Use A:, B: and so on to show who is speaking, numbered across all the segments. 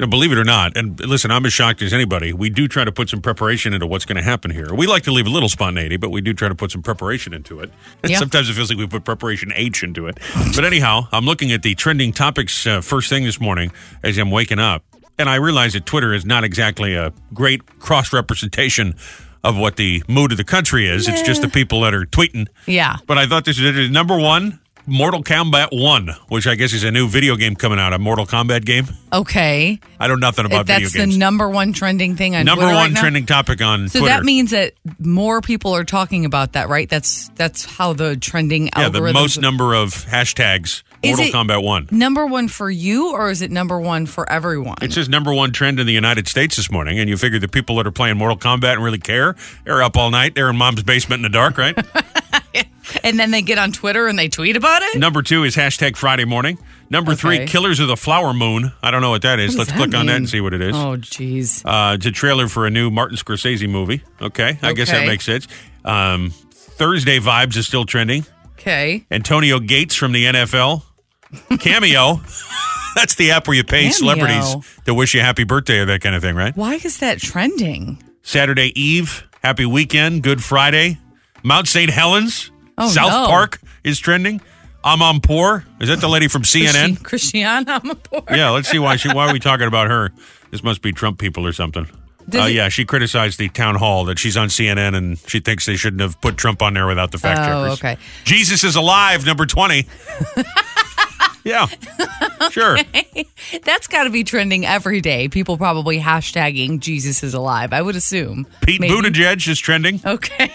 A: You know, believe it or not, and listen, I'm as shocked as anybody. We do try to put some preparation into what's going to happen here. We like to leave a little spontaneity, but we do try to put some preparation into it.
B: Yeah.
A: Sometimes it feels like we put preparation H into it. But anyhow, I'm looking at the trending topics uh, first thing this morning as I'm waking up, and I realize that Twitter is not exactly a great cross representation of what the mood of the country is. It's just the people that are tweeting.
B: Yeah.
A: But I thought this was interesting. Number one, Mortal Kombat 1, which I guess is a new video game coming out, a Mortal Kombat game.
B: Okay.
A: I know nothing about video
B: That's the
A: games.
B: number one trending thing on
A: Number
B: Twitter right
A: one
B: now?
A: trending topic on
B: So
A: Twitter.
B: that means that more people are talking about that, right? That's that's how the trending
A: yeah,
B: algorithms.
A: the most number of hashtags
B: Is
A: Mortal
B: it-
A: Kombat 1.
B: number one for you, or is it number one for everyone?
A: It's his number one trend in the United States this morning, and you figure the people that are playing Mortal Kombat and really care, they're up all night, they're in mom's basement in the dark, right?
B: and then they get on Twitter and they tweet about it.
A: Number two is hashtag Friday morning. Number three,
B: Okay.
A: Killers of the Flower Moon. I don't know what that is.
B: What
A: Let's
B: does
A: click on that
B: mean?
A: and see what it is.
B: Oh, jeez.
A: Uh, it's a trailer for a new Martin Scorsese movie. Okay, I guess that
B: Okay.
A: makes sense. Um, Thursday vibes is still trending.
B: Okay.
A: Antonio Gates from the NFL. Cameo. That's the app where you pay
B: Cameo.
A: celebrities to wish you happy birthday or that kind of thing, right?
B: Why is that trending?
A: Saturday Eve, happy weekend, Good Friday. Mount St. Helens,
B: Oh,
A: South
B: no.
A: Park is trending. Amon Poor. Is that the lady from CNN?
B: Christi- Christiana Amanpour.
A: yeah, let's see why she. Why are we talking about her? This must be Trump people or something.
B: Does
A: Uh,
B: it-
A: yeah, she criticized the town hall that she's on CNN and she thinks they shouldn't have put Trump on there without the fact
B: Oh,
A: checkers.
B: okay.
A: Jesus is alive, number twenty. yeah, sure.
B: That's got to be trending every day. People probably hashtagging Jesus is alive. I would assume.
A: Pete
B: Maybe.
A: Buttigieg is trending.
B: Okay.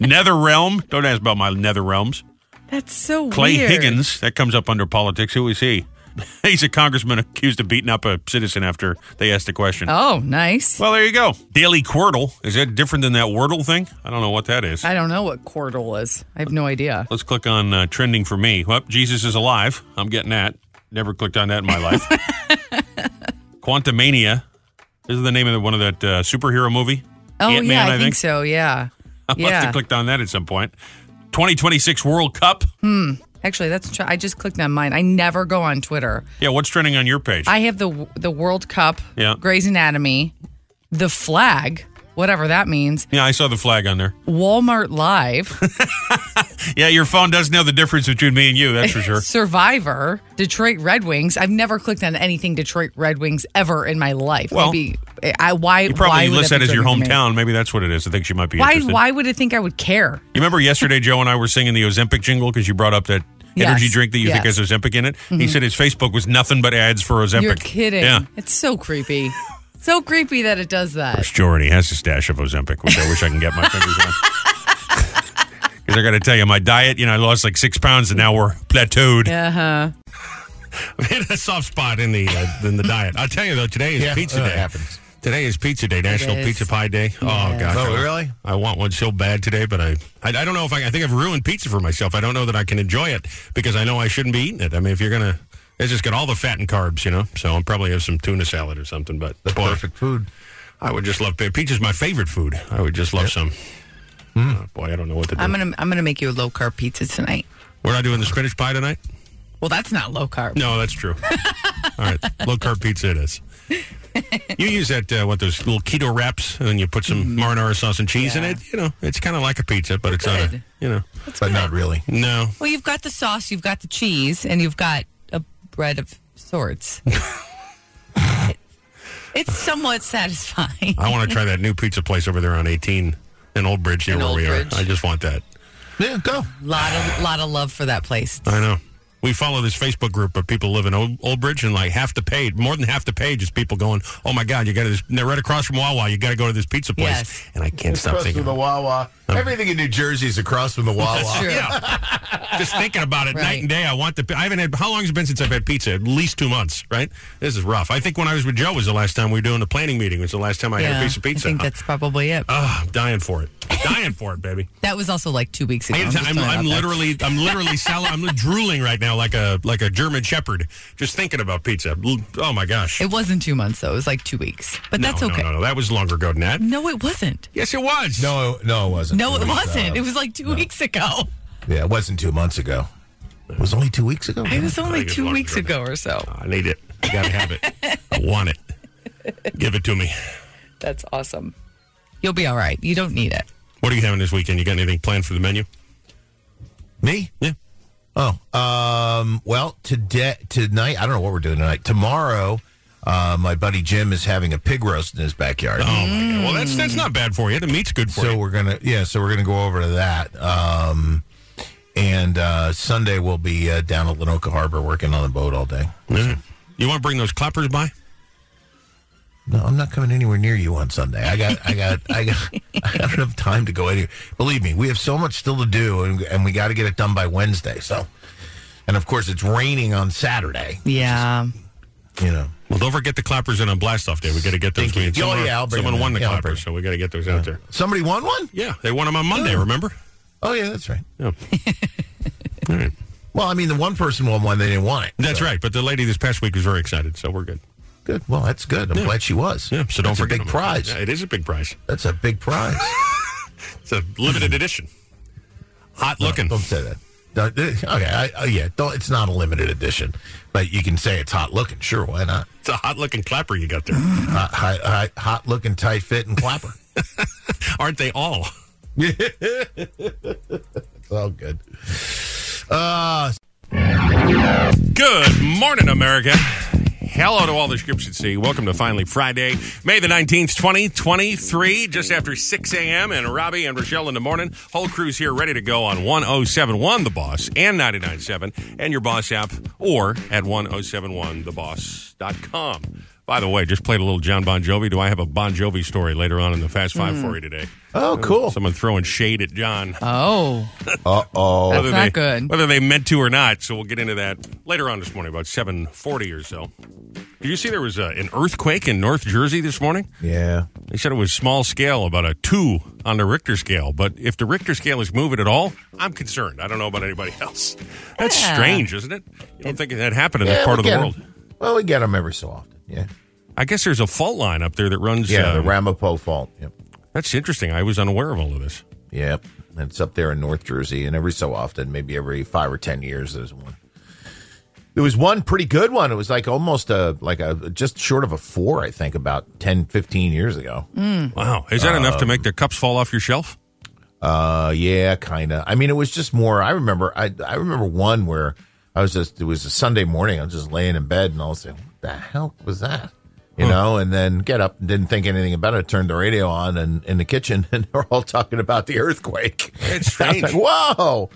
A: Nether realm. Don't ask about my nether realms.
B: That's so
A: Clay
B: weird.
A: Higgins. That comes up under politics. Who is he? He's a congressman accused of beating up a citizen after they asked the question.
B: Oh, nice.
A: Well, there you go. Daily Quirtle. Is that different than that Wordle thing? I don't know what that is.
B: I don't know what Cordal is. I have no idea.
A: Let's click on uh, trending for me. Well, Jesus is alive. I'm getting that. Never clicked on that in my life. Quantumania. This is the name of the, one of that uh, superhero movie.
B: Oh
A: Ant-Man,
B: yeah, I,
A: I
B: think.
A: think.
B: so. Yeah.
A: I
B: yeah.
A: must have clicked on that at some point. 2026 World Cup.
B: Actually, that's tr- I just clicked on mine. I never go on Twitter.
A: Yeah, what's trending on your page?
B: I have the the World Cup,
A: Yeah.
B: Grey's Anatomy, the flag, whatever that means,
A: yeah, I saw the flag on there.
B: Walmart Live,
A: Yeah, your phone does know the difference between me and you, that's for sure.
B: Survivor, Detroit Red Wings. I've never clicked on anything Detroit Red Wings ever in my life.
A: Well,
B: Maybe eh, I why
A: You probably
B: why would
A: list that
B: be
A: as your
B: trending for me?
A: hometown. Maybe that's what it is. I think she might be
B: Why
A: interested.
B: why would it think I would care?
A: You remember yesterday, Joe and I were singing the Ozempic jingle because you brought up that
B: Yes.
A: energy drink that you think
B: Yes. Mm-hmm.
A: has Ozempic in it. He said his Facebook was nothing but ads for Ozempic.
B: You're kidding.
A: Yeah.
B: It's so creepy. so creepy that it does that.
A: Joe already has a stash of Ozempic, which I wish I can get my fingers on. Because I got to tell you, my diet, you know, I lost like six pounds and now we're plateaued.
B: Uh huh.
C: hit a soft spot in the uh, in the diet. I'll tell you though, today is
D: Yeah,
C: pizza
D: that
C: day.
D: happens.
C: Today is pizza day, National
B: is.
C: Pizza Pie Day. Oh gosh,
D: Oh,
C: I-
D: really?
C: I want one so bad today, but I, I I don't know if I I think I've ruined pizza for myself. I don't know that I can enjoy it because I know I shouldn't be eating it. I mean, if you're gonna, it's just got all the fat and carbs, you know. So I'll probably have some tuna salad or something. But the boy,
D: Perfect food.
C: I would just love pizza's my favorite food. I would just love some. Oh, boy, I don't know what to do.
B: I'm gonna I'm gonna make you a low carb pizza tonight.
C: We're not doing the spinach pie tonight.
B: Well, that's not low carb.
C: No, that's true. All right, low carb pizza it is. You use that uh, what those little keto wraps, and then you put some
B: Mm-hmm.
C: marinara sauce and cheese in it. You know, it's kind of like a pizza, but it's not.
B: Good.
C: A, you know,
D: but not really.
C: no.
B: Well, you've got the sauce, you've got the cheese, and you've got a bread of sorts. it's somewhat satisfying.
C: I want to try that new pizza place over there on 18 in Old Bridge near
B: In
C: where
B: Old
C: we
B: Bridge.
C: are. I just want that.
D: Yeah, go.
B: lot of lot of love for that place.
C: I know. We follow this Facebook group of people live in Old, Old Bridge, and like half the page, more than half the page is people going, "Oh my God, you got to this!" They're right across from Wawa. You got to go to this pizza place,
B: Yes.
C: and I can't stop
D: across
C: thinking.
D: from the Wawa. Everything in New Jersey is across from the Wawa.
B: Sure.
C: Yeah. Just thinking about it night
B: Right.
C: and day. I want the. I haven't had. How long has it been since I've had pizza? At least two months, right? This is rough. I think when I was with Joe was the last time we were doing the planning meeting. Was the last time I had a piece of pizza.
B: I think that's probably it.
C: Ah, I'm dying for it. dying for it, baby.
B: that was also like two weeks ago.
C: I
B: I'm
C: am
B: just
C: I'm,
B: throwing
C: I'm
B: it out there.
C: literally, I'm literally, sal- I'm drooling right now like a like a German Shepherd, just thinking about pizza. L- Oh my gosh!
B: It wasn't two months though. It was like two weeks, but
C: no,
B: that's
C: no,
B: okay.
C: No, no, that was longer ago than that.
B: no, it wasn't.
C: Yes, it was.
D: No, no, it wasn't.
B: No, it
D: was,
B: wasn't.
D: uh,
B: it was like two weeks ago.
D: yeah, it wasn't two months ago. It was only two weeks ago.
B: It was only
C: think it's
B: two
C: longer
B: weeks
C: than that.
B: ago or so.
C: I need it. I gotta have it. I want it. Give it to me.
B: That's awesome. You'll be all right. You don't need it.
C: What are you having this weekend? You got anything planned for the menu?
D: Me?
C: Yeah.
D: Oh, um, well, today, tonight, I don't know what we're doing tonight. Tomorrow, uh, my buddy Jim is having a pig roast in his backyard.
C: Oh my god. Well, that's that's not bad for you. The meat's good for
D: so
C: you.
D: we're gonna, yeah, so we're gonna go over to that. Um, and uh, Sunday we'll be uh, down at Lenoka Harbor working on the boat all day.
C: Yeah. You want to bring those clappers by?
D: No, I'm not coming anywhere near you on Sunday. I got, I got, I got, I don't have time to go anywhere. Believe me, we have so much still to do, and, and we got to get it done by Wednesday. So, and of course, it's raining on Saturday.
B: Yeah.
D: You know,
C: Well, don't forget the clappers in on blast off day. We got to get those.
D: Thank
C: We-
D: you. Oh,
C: someone,
D: yeah, I'll bring
C: someone
D: them
C: won the
D: in. Yeah, I'll bring
C: clappers, so we got to get those out there.
D: somebody won one.
C: Yeah, they won them on Monday. Remember?
D: Oh yeah, that's right.
C: Yeah. All right.
D: Well, I mean, the one person won one, they didn't want it.
C: That's
D: So,
C: right. But the lady this past week was very excited, so we're good.
D: Good. Well, that's good. I'm glad she was.
C: Yeah. So don't
D: That's
C: forget
D: a big
C: them.
D: prize.
C: Yeah, it is a big prize.
D: That's a big prize.
C: It's a limited edition. Uh, um, Hot looking.
D: Don't say that. Don't- Okay. I, oh yeah. Don't. It's not a limited edition, but you can say it's hot looking. Sure. Why not?
C: It's a hot looking clapper you got there.
D: Hot, hot, hot, hot looking, tight fit, and clapper.
C: Aren't they all?
D: it's all Oh, good. Uh,
A: Good morning, America. Hello to all the ships at sea. Welcome to Finally Friday, May the 19th, 2023, just after 6 a.m. And Robbie and Rochelle in the morning. Whole crew's here ready to go on 1071 The Boss and 997 and your Boss app or at 1071theboss.com. By the way, just played a little John Bon Jovi. Do I have a Bon Jovi story later on in the Fast Five for you today?
D: oh, cool.
A: Someone throwing shade at John.
B: Oh.
D: Uh oh.
B: That's
A: whether
B: not
A: they,
B: good.
A: Whether they meant to or not. So we'll get into that later on this morning, about seven forty or so. Did you see there was a, an earthquake in North Jersey this morning?
D: Yeah.
A: They said it was small scale, about a two on the Richter scale. But if the Richter scale is moving at all, I'm concerned. I don't know about anybody else. That's
B: Yeah.
A: strange, isn't it? You don't think that happened in
D: yeah
A: that part
D: we
A: of the
D: get 'em.
A: world.
D: Well, we get them every so often. Yeah.
A: I guess there's a fault line up there that runs.
D: Yeah. the
A: um,
D: Ramapo fault. Yep.
A: that's interesting. I was unaware of all of this.
D: Yep. And it's up there in North Jersey. And every so often, maybe every five or 10 years, there's one. There was one pretty good one. It was like almost a, like a, just short of a four, I think, about 10, 15 years ago.
A: Wow, is that enough
D: Um,
A: to make the cups fall off your shelf?
D: Uh, yeah, kind of. I mean, it was just more, I remember, I, I remember one where I was just, it was a Sunday morning. I was just laying in bed and I was like, what the hell was that? You know, and then get up and didn't think anything about it. Turned the radio on and in the kitchen, and they're all talking about the earthquake.
A: It's
D: I was
A: strange.
D: like, Whoa!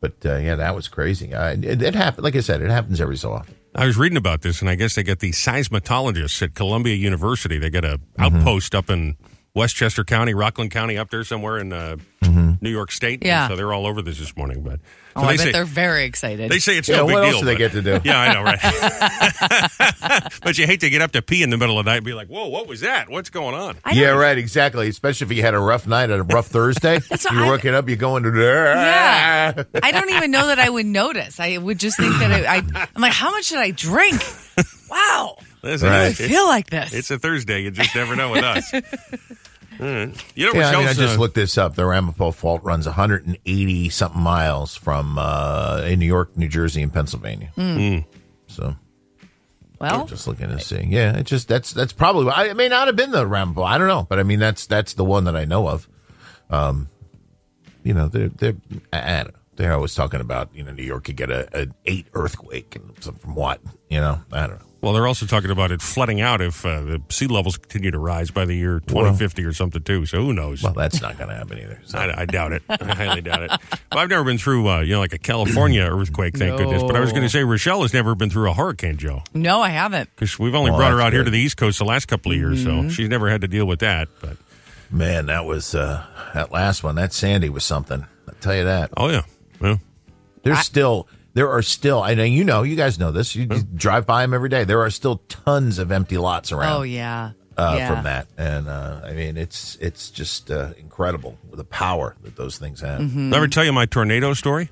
D: But uh, yeah, that was crazy. I, it, it happened. Like I said, it happens every so often.
A: I was reading about this, and I guess they got the seismologists at Columbia University. They got a
D: Mm-hmm.
A: outpost up in Westchester County, Rockland County, up there somewhere in uh,
D: Mm-hmm.
A: New York State. And
B: Yeah.
A: so they're all over this this morning. But so
B: Oh, I
A: they
B: bet
A: say
B: they're very excited.
A: they say it's
D: Yeah,
A: no big
D: what
A: deal.
D: else do they
A: but-
D: get to do?
A: Yeah, I know, right? but you hate to get up to pee in the middle of the night and be like, "Whoa, what was that? What's going on?"
B: I
D: yeah,
B: don't-
D: right. Exactly. Especially if you had a rough night and a rough Thursday.
B: what
D: you're
B: I-
D: working up. You're going to. Ah.
B: Yeah. I don't even know that I would notice. I would just think that I, I I'm like, how much should I drink? Wow.
A: Listen,
D: Right.
B: I
A: it's,
B: feel like this.
A: it's a Thursday. You just never know with us. All right. You know,
D: Yeah, I, mean, I
A: Rochelle's,
D: just
A: uh,
D: looked this up. The Ramapo Fault runs 180 something miles from uh, in New York, New Jersey, and Pennsylvania. Hmm. So
B: well,
D: I'm just looking to see. Yeah, it just that's that's probably I it may not have been the Ramapo. I don't know, but I mean that's that's the one that I know of. Um, you know, they're they're I, I don't know. they're always talking about you know New York could get a an eight earthquake and some- from what you know I don't know.
A: Well, they're also talking about it flooding out if uh, the sea levels continue to rise by the year 2050 or something too. So who knows?
D: Well, that's not going to happen either. So.
A: I, I doubt it. I highly doubt it. Well, I've never been through, uh, you know, like a California earthquake, thank goodness. But I was going to say Rochelle has never been through a hurricane, Joe,
B: no, I haven't.
A: because we've only
D: Well,
A: brought her
D: that's
A: out here
D: good. Mm-hmm.
A: to the East Coast the last couple of years, so she's never had to deal with that. But
D: Man, that was uh, that last one. That Sandy was something. I'll tell you that.
A: oh yeah, well,
D: There's still there are still I know you know you guys know this. You, you drive by them every day. There are still tons of empty lots around.
B: Hmm. Oh yeah.
D: uh,
B: yeah.
D: from that. And uh, I mean, it's it's just uh, incredible the power that those
B: Mm-hmm.
D: things have.
A: Did I ever tell you my tornado story?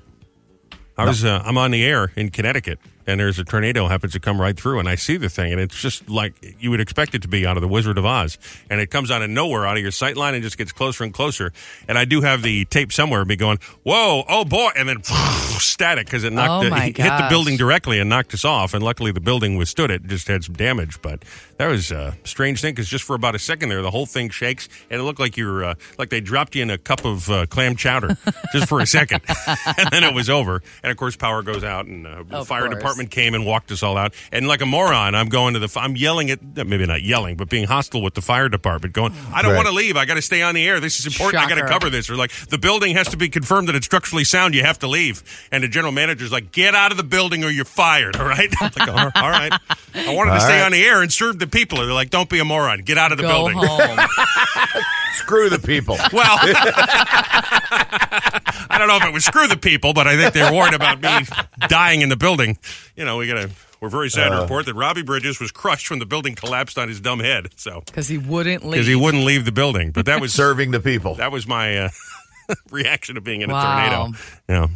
A: I was uh, I'm on the air in Connecticut, and there's a tornado happens to come right through, and I see the thing, and it's just like you would expect it to be out of the Wizard of Oz, and it comes out of nowhere, out of your sight line, and just gets closer and closer. And I do have the tape somewhere of me going, "Whoa, oh boy!" and then static because it knocked
B: Oh
A: the,
B: my
A: hit the
B: gosh.
A: building directly and knocked us off. And luckily, the building withstood it; just had some damage, but that was a strange thing because just for about a second there, the whole thing shakes, and it looked like you're uh, like they dropped you in a cup of uh, clam chowder just for a second, and then it was over. And of course, power goes out, and uh, the
B: Of
A: fire
B: course.
A: department came and walked us all out. And like a moron, I'm going to the. f- I'm yelling at maybe not yelling, but being hostile with the fire department, going, I don't
D: Right.
A: want to leave. I got to stay on the air. This is important. I got
B: Shocker.
A: to cover this. Or like the building has to be confirmed that it's structurally sound. You have to leave. And the general manager's like, get out of the building or you're fired. All right. I'm like, all all right. I wanted to
D: All
A: stay
D: right.
A: on the air and serve the people. And they're like, don't be a moron. Get out of the
B: Go
A: building.
B: home.
D: Screw the people.
A: Well, I don't know if it was screw the people, but I think they're worried about me dying in the building. You know, we got to. We're very sad
D: Uh.
A: to report that Robbie Bridges was crushed when the building collapsed on his dumb head. So
B: Because he wouldn't leave.
A: because he wouldn't leave the building, but that was
D: Serving the people.
A: that was my uh, reaction to being in a
B: Wow.
A: tornado. Yeah.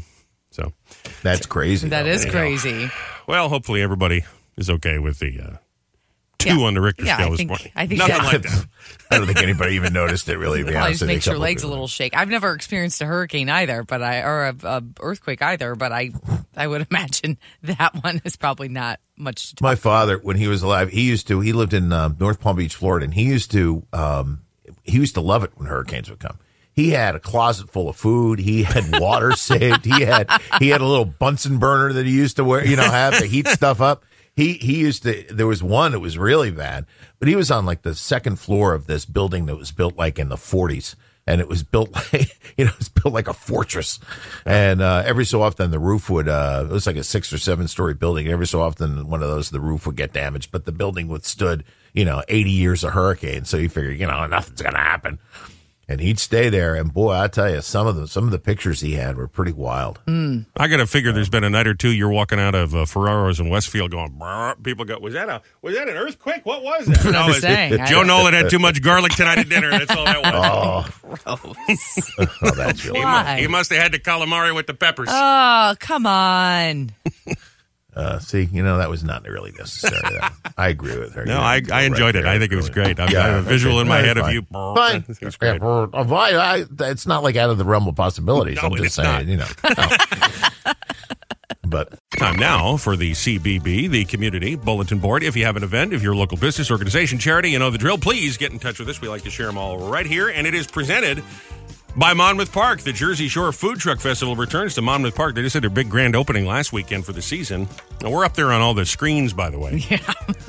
A: So
D: That's crazy.
B: that
D: though.
B: is
D: Yeah.
B: crazy.
A: well, hopefully everybody is okay with the uh, two
B: Yeah.
A: on the Richter
B: Yeah, I
A: scale this
B: think-
A: morning.
B: I think
A: nothing
B: that-
A: like that.
D: I don't think anybody even noticed it. Really, to be
B: Probably just
D: honest with you,
B: makes your
D: except
B: legs a
D: people.
B: little shake. I've never experienced a hurricane either, but I or a, a earthquake either, but I I would imagine that one is probably not much. To
D: My father, when he was alive, he used to. He lived in um, North Palm Beach, Florida, and he used to. Um, he used to love it when hurricanes would come. He had a closet full of food. He had water saved. He had he had a little Bunsen burner that he used to wear. You know, have to heat stuff up. He he used to. There was one that was really bad, but he was on like the second floor of this building that was built like in the forties. and it was built like you know it was built like a fortress and uh, every so often the roof would uh, it was like a six or seven story building every so often one of those the roof would get damaged but the building withstood you know 80 years of hurricanes so you figured you know nothing's gonna happen and he'd stay there and boy i tell you some of the some of the pictures he had were pretty wild
A: I got to figure there's been a night or two you're walking out of uh, Ferraro's in Westfield going, "Brr." people go, was that a was that an earthquake? What was that?
B: I'm
A: it's-
B: saying, I-
A: Joe Nolan had too much garlic tonight at dinner. That's all that was.
D: oh oh that's really
B: Why?
A: He must have had the calamari with the peppers.
B: Oh, come on.
D: uh, see you know that was not really necessary though. i agree with her
A: no, I, I enjoyed it. I think it was great. I, I have a visual in my
D: Yeah,
A: head of
D: fine.
A: you. brr.
D: Fine.
A: It was great.
D: Yeah, uh, well, why- I- it's not like out of the realm of possibilities.
A: No,
D: I'm just
A: it's
D: saying,
A: not.
D: you know. No. but
A: Time now for the CBB, the Community Bulletin Board. If you have an event, if your local business, organization, charity, you know the drill, please get in touch with us. We like to share them all right here. And it is presented by Monmouth Park. The Jersey Shore Food Truck Festival returns to Monmouth Park. They just had their big grand opening last weekend for the season. Now, we're up there on all the screens, by the way.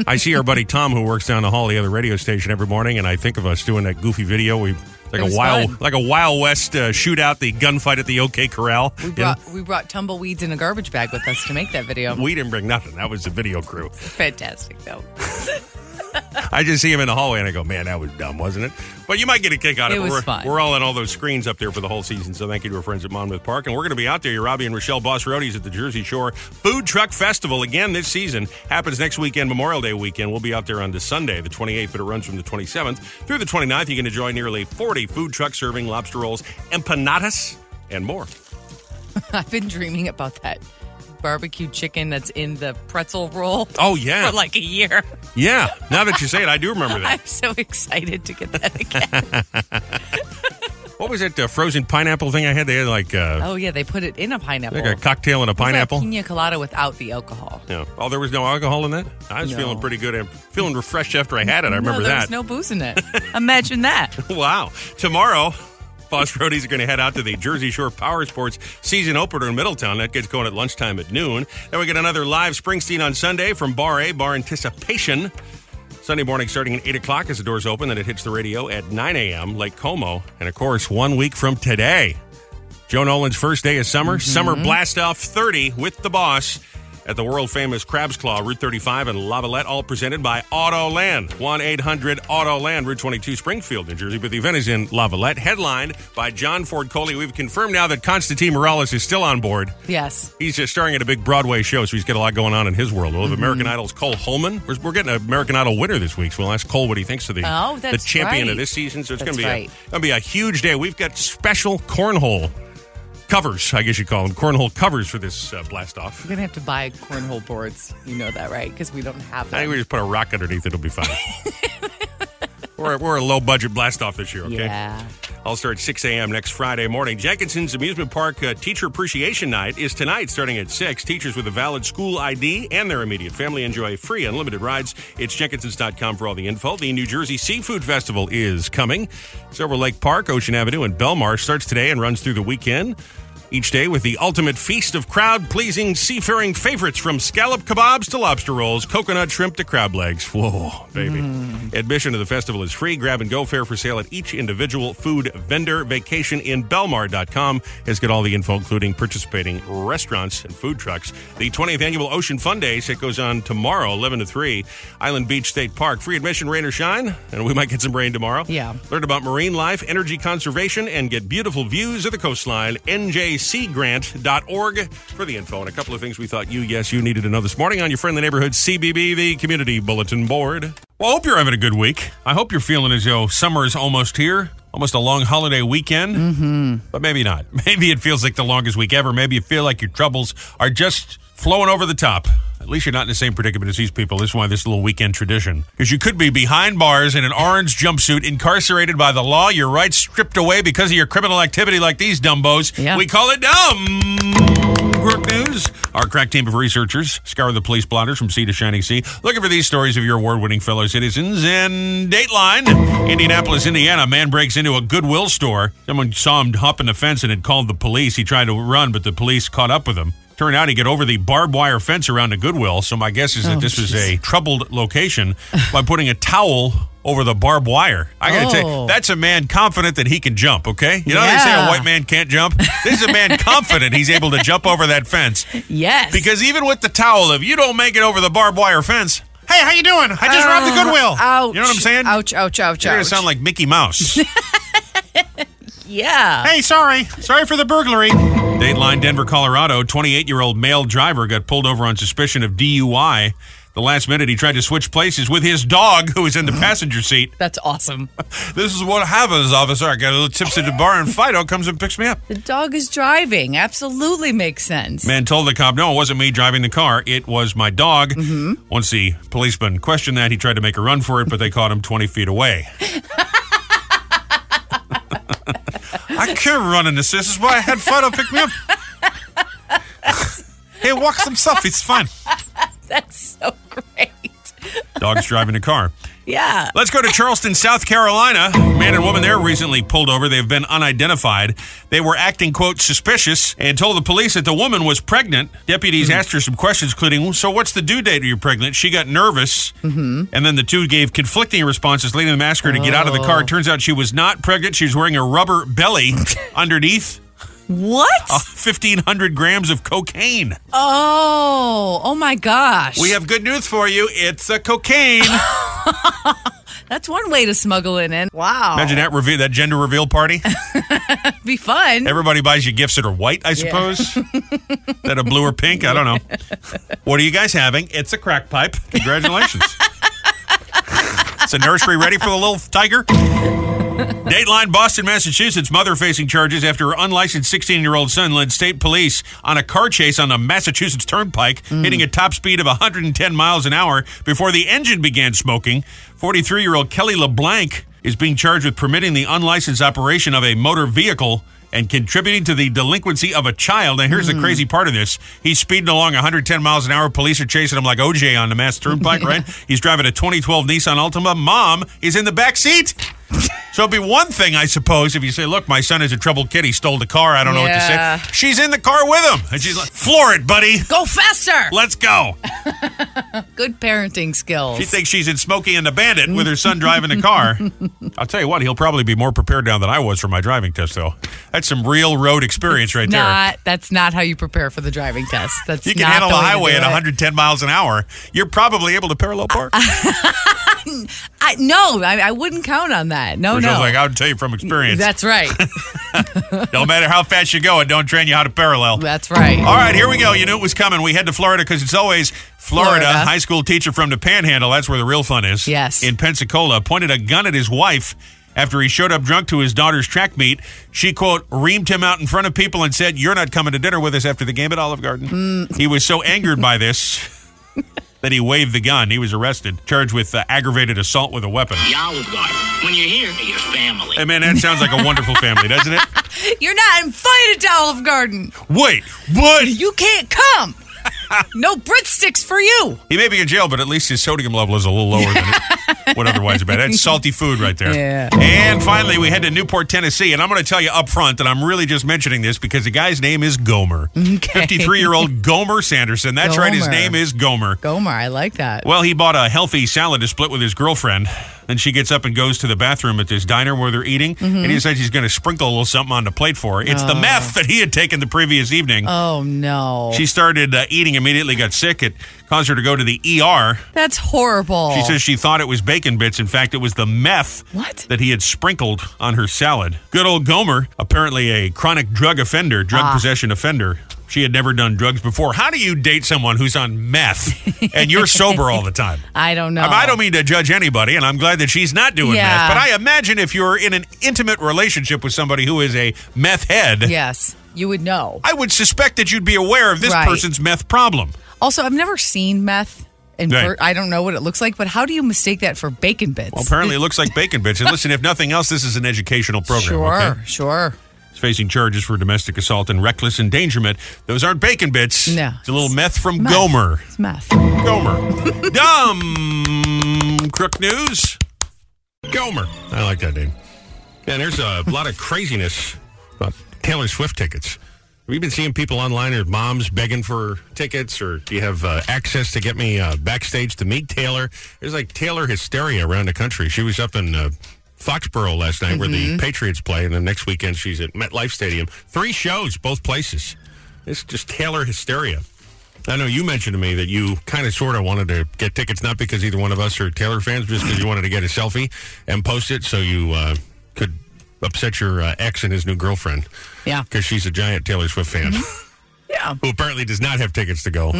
A: I see our buddy Tom, who works down the hall, the other radio station every morning, and I think of us doing that goofy video. We like
B: It
A: a
B: was
A: wild,
B: fun.
A: like a Wild West uh, shootout, the gunfight at the OK Corral.
B: We
A: You know?
B: brought we brought tumbleweeds in a garbage bag with us to make that video.
A: We didn't bring nothing. That was the video crew.
B: Fantastic though.
A: I just see him in the hallway and I go, man, that was dumb, wasn't it? But you might get a kick out of it.
B: It was
A: we're,
B: fun.
A: we're all on all those screens up there for the whole season. So thank you to our friends at Monmouth Park. And we're going to be out there. Your Robbie and Rochelle Boss Roadies at the Jersey Shore Food Truck Festival again this season. Happens next weekend, Memorial Day weekend. We'll be out there on the Sunday, the 28th, but it runs from the 27th through the 29th. You can enjoy nearly 40 food trucks serving lobster rolls, empanadas, and more.
B: I've been dreaming about that barbecue chicken that's in the pretzel roll
A: Oh, yeah.
B: for like a year.
A: yeah. Now that you say it, I do remember that.
B: I'm so excited to get that again.
A: What was that uh, frozen pineapple thing I had? They had like, uh,
B: oh yeah, they put it in a pineapple.
A: like a cocktail and a pineapple.
B: It's like pina colada without the alcohol.
A: Yeah. Oh, there was no alcohol in that? I was
B: No.
A: feeling pretty good. I'm feeling refreshed after I had it. I remember
B: no, there
A: that.
B: was no booze in it. Imagine that.
A: wow. Tomorrow, Boss Roadies are going to head out to the Jersey Shore Power Sports season opener in Middletown. That gets going at lunchtime at noon. Then we get another live Springsteen on Sunday from Bar A, Bar Anticipation. Sunday morning starting at 8 o'clock as the doors open. Then it hits the radio at 9 a.m. Lake Como. And of course, one week from today, Joe Nolan's first day of summer, Summer Blast Off 30 with the boss at the world famous Crab's Claw, Route 35 and Lavalette, all presented by Autoland. 1 800 Autoland, Route 22, Springfield, New Jersey. But the event is in Lavalette, headlined by John Ford Coley. We've confirmed now that Constantine Morales is still on board.
B: Yes.
A: He's just starring at a big Broadway show, so he's got a lot going on in his world. We'll have
B: Mm-hmm.
A: American Idol's Cole Holman. We're, we're getting an American Idol winner this week, so we'll ask Cole what he thinks of the,
B: Oh,
A: the
B: that's
A: champion of
B: right.
A: this season. So it's going
B: That's
A: to be
B: right.
A: a, going to be a huge day. We've got special cornhole covers, I guess you call them, cornhole covers for this uh, blast off.
B: We're gonna have to buy cornhole boards. You know that, right? Because we don't have
A: I
B: them.
A: think we just put a rock underneath; it'll be fine. we're we're a low budget blast off this year. Okay.
B: Yeah.
A: I'll start at 6 a.m. next Friday morning. Jenkinson's Amusement Park uh, Teacher Appreciation Night is tonight starting at 6. Teachers with a valid school ID and their immediate family enjoy free unlimited rides. It's jenkinsons.com for all the info. The New Jersey Seafood Festival is coming. Silver Lake Park, Ocean Avenue, and Belmar starts today and runs through the weekend. Each day with the ultimate feast of crowd pleasing seafaring favorites from scallop kebabs to lobster rolls, coconut shrimp to crab legs. Whoa, baby. Admission to the festival is free. Grab and go fare for sale at each individual food vendor. Vacation in Belmar.com has got all the info, including participating restaurants and food trucks. The 20th annual Ocean Fun Days that goes on tomorrow, 11 to 3, Island Beach State Park. Free admission, rain or shine, and we might get some rain tomorrow.
B: Yeah.
A: Learn about marine life, energy conservation, and get beautiful views of the coastline. NJCgrant.org for the info and a couple of things we thought you, yes, you needed to know this morning on your friendly neighborhood CBB, the Community Bulletin Board. Well, I hope you're having a good week. I hope you're feeling as though summer is almost here, almost a long holiday weekend. Mm-hmm. But maybe not. Maybe it feels like the longest week ever. Maybe you feel like your troubles are just flowing over the top. At least you're not in the same predicament as these people. This is why this little weekend tradition. Because you could be behind bars in an orange jumpsuit, incarcerated by the law, your rights stripped away because of your criminal activity like these dumbos.
B: Yeah.
A: We call it dumb. Crook News. Our crack team of researchers scour the police blotters from sea to shining sea, looking for these stories of your award winning fellow citizens. And Dateline, Indianapolis, Indiana. A man breaks into a Goodwill store. Someone saw him hopping the fence and had called the police. He tried to run, but the police caught up with him. Turned out he could over the barbed wire fence around the Goodwill, so my guess is that
B: Oh,
A: this was
B: jeez.
A: a troubled location by putting a towel over the barbed wire. I gotta tell you,
B: Oh.
A: that's a man confident that he can jump, okay? You know how they say a
B: Yeah.
A: white man can't jump? This is a man confident he's able to jump over that fence.
B: Yes.
A: Because even with the towel, if you don't make it over the barbed wire fence, hey, how you doing? I just robbed the Goodwill.
B: Oh, Ouch.
A: You know what I'm saying?
B: Ouch! Ouch! Ouch!
A: You're gonna
B: Ouch!
A: sound like Mickey Mouse.
B: yeah.
A: hey, sorry. Sorry for the burglary. Dateline Denver, Colorado. 28 year old male driver got pulled over on suspicion of DUI. The last minute, he tried to switch places with his dog, who was in the passenger seat.
B: That's awesome.
A: This is what happens, officer. I got a little tips at the bar, and Fido comes and picks me up.
B: The dog is driving. Absolutely makes sense.
A: Man told the cop, no, it wasn't me driving the car. It was my dog. Once the policeman questioned that, he tried to make a run for it, but they caught him 20 feet away. I could run into this. This is why I had Fido pick me up. he walks himself. It's fine.
B: That's so great.
A: Dog's driving the car.
B: Yeah.
A: Let's go to Charleston, South Carolina. Man and woman there recently pulled over. They've been unidentified. They were acting, quote, suspicious and told the police that the woman was pregnant. Deputies asked her some questions, including, So what's the due date? Are you pregnant? She got nervous. Mm-hmm. And then the two gave conflicting responses, leading the masker to get out of the car. Turns out she was not pregnant. She was wearing a rubber belly underneath.
B: What?
A: Uh. 1,500 grams of cocaine.
B: Oh, oh my gosh.
A: We have good news for you. It's a cocaine.
B: That's one way to smuggle it in. Wow.
A: Imagine that reveal, that gender reveal party.
B: That'd be fun.
A: Everybody buys you gifts that are white, I suppose. that are blue or pink. I don't know. What are you guys having? It's a crack pipe. Congratulations. It's a nursery ready for the little tiger. Dateline Boston, Massachusetts. Mother facing charges after her unlicensed 16 year old son led state police on a car chase on the Massachusetts Turnpike, hitting a top speed of 110 miles an hour before the engine began smoking. 43 year old Kelly LeBlanc is being charged with permitting the unlicensed operation of a motor vehicle and contributing to the delinquency of a child. Now, here's the crazy part of this. He's speeding along 110 miles an hour. Police are chasing him like OJ on the Mass Turnpike, right? He's driving a 2012 Nissan Altima. Mom is in the back seat. So it'd be one thing, I suppose, if you say, "Look, my son is a troubled kid. He stole the car. I don't know
B: Yeah.
A: what to say." She's in the car with him, and she's like, "Floor it, buddy.
B: Go faster.
A: Let's go."
B: Good parenting skills.
A: She thinks she's in Smokey and the Bandit with her son driving the car. I'll tell you what, he'll probably be more prepared now than I was for my driving test, though. That's some real road experience right there.
B: not that's not how you prepare for the driving test. That's
A: You can
B: not
A: handle
B: the
A: the
B: way to
A: highway
B: do
A: at
B: it.
A: 110 miles an hour. You're probably able to parallel park.
B: I, no, I, I wouldn't count on that. No,
A: Which I
B: no.
A: was like, I'll tell you from experience.
B: that's right.
A: Don't matter how fast you go, it don't train you how to parallel.
B: That's right.
A: All right, here we go. You knew it was coming. We head to Florida because it's always Florida.
B: Florida.
A: High school teacher from the Panhandle. That's where the real fun is.
B: Yes.
A: In Pensacola, pointed a gun at his wife
E: after he showed up drunk to his daughter's track meet. She, quote, reamed him out in front of people and said, You're not coming to dinner with us after the game at Olive Garden.
B: Mm.
E: He was so angered by this that he waved the gun. He was arrested, charged with uh, aggravated assault with a weapon.
F: The Olive Garden. When you're here, your family.
E: Hey, man, that sounds like a wonderful family, doesn't it?
B: You're not invited to Olive Garden.
E: Wait, what?
B: You can't come. no breadsticks for you.
E: He may be in jail, but at least his sodium level is a little lower than it would otherwise have been. That's salty food right there.
B: Yeah.
E: And finally, we head to Newport, Tennessee. And I'm going to tell you up front that I'm really just mentioning this because the guy's name is Gomer. 53 year old Gomer Sanderson. That's right, his
B: Gomer.
E: name is Gomer.
B: Gomer, I like that.
E: Well, he bought a healthy salad to split with his girlfriend. Then she gets up and goes to the bathroom at this diner where they're eating,
B: Mm-hmm.
E: and he decides he's going to sprinkle a little something on the plate for her. It's the meth that he had taken the previous evening.
B: Oh no.
E: She started uh, eating immediately, got sick. It caused her to go to the ER.
B: That's horrible.
E: She says she thought it was bacon bits. In fact, it was the meth
B: What?
E: that he had sprinkled on her salad. Good old Gomer, apparently a chronic drug offender, drug
B: Ah.
E: possession offender. She had never done drugs before. How do you date someone who's on meth and you're sober all the time? Um,
B: I don't know.
E: I mean, I don't mean to judge anybody, and I'm glad that she's not doing
B: Oh. Yeah.
E: meth. But I imagine if you're in an intimate relationship with somebody who is a meth head,
B: Yes, you would know.
E: I would suspect that you'd be aware of this
B: Right.
E: person's meth problem.
B: Also, I've never seen meth. In
E: Right.
B: per- I don't know what it looks like, but how do you mistake that for bacon bits?
E: Well, apparently, it looks like bacon bits. And listen, if nothing else, this is an educational program.
B: sure,
E: okay?
B: sure.
E: He's facing charges for domestic assault and reckless endangerment. Those aren't bacon bits.
B: No.
E: It's a little meth from
B: Meth.
E: Gomer.
B: It's meth.
E: Gomer. Dumb crook news.
A: Gomer. I like that name. And there's a lot of craziness about Taylor Swift tickets. Have you been seeing people online or moms begging for tickets or do you have uh, access to get me uh, backstage to meet Taylor? There's like Taylor hysteria around the country. She was up in uh, Foxborough last night where the Patriots play, and then next weekend she's at MetLife Stadium. Three shows, both places. It's just Taylor hysteria. I know you mentioned to me that you kind of sort of wanted to get tickets, not because either one of us are Taylor fans, just because you wanted to get a selfie and post it so you uh, could upset your uh, ex and his new girlfriend.
B: Yeah.
A: Because she's a giant Taylor Swift fan
B: Yeah.
A: who apparently does not have tickets to go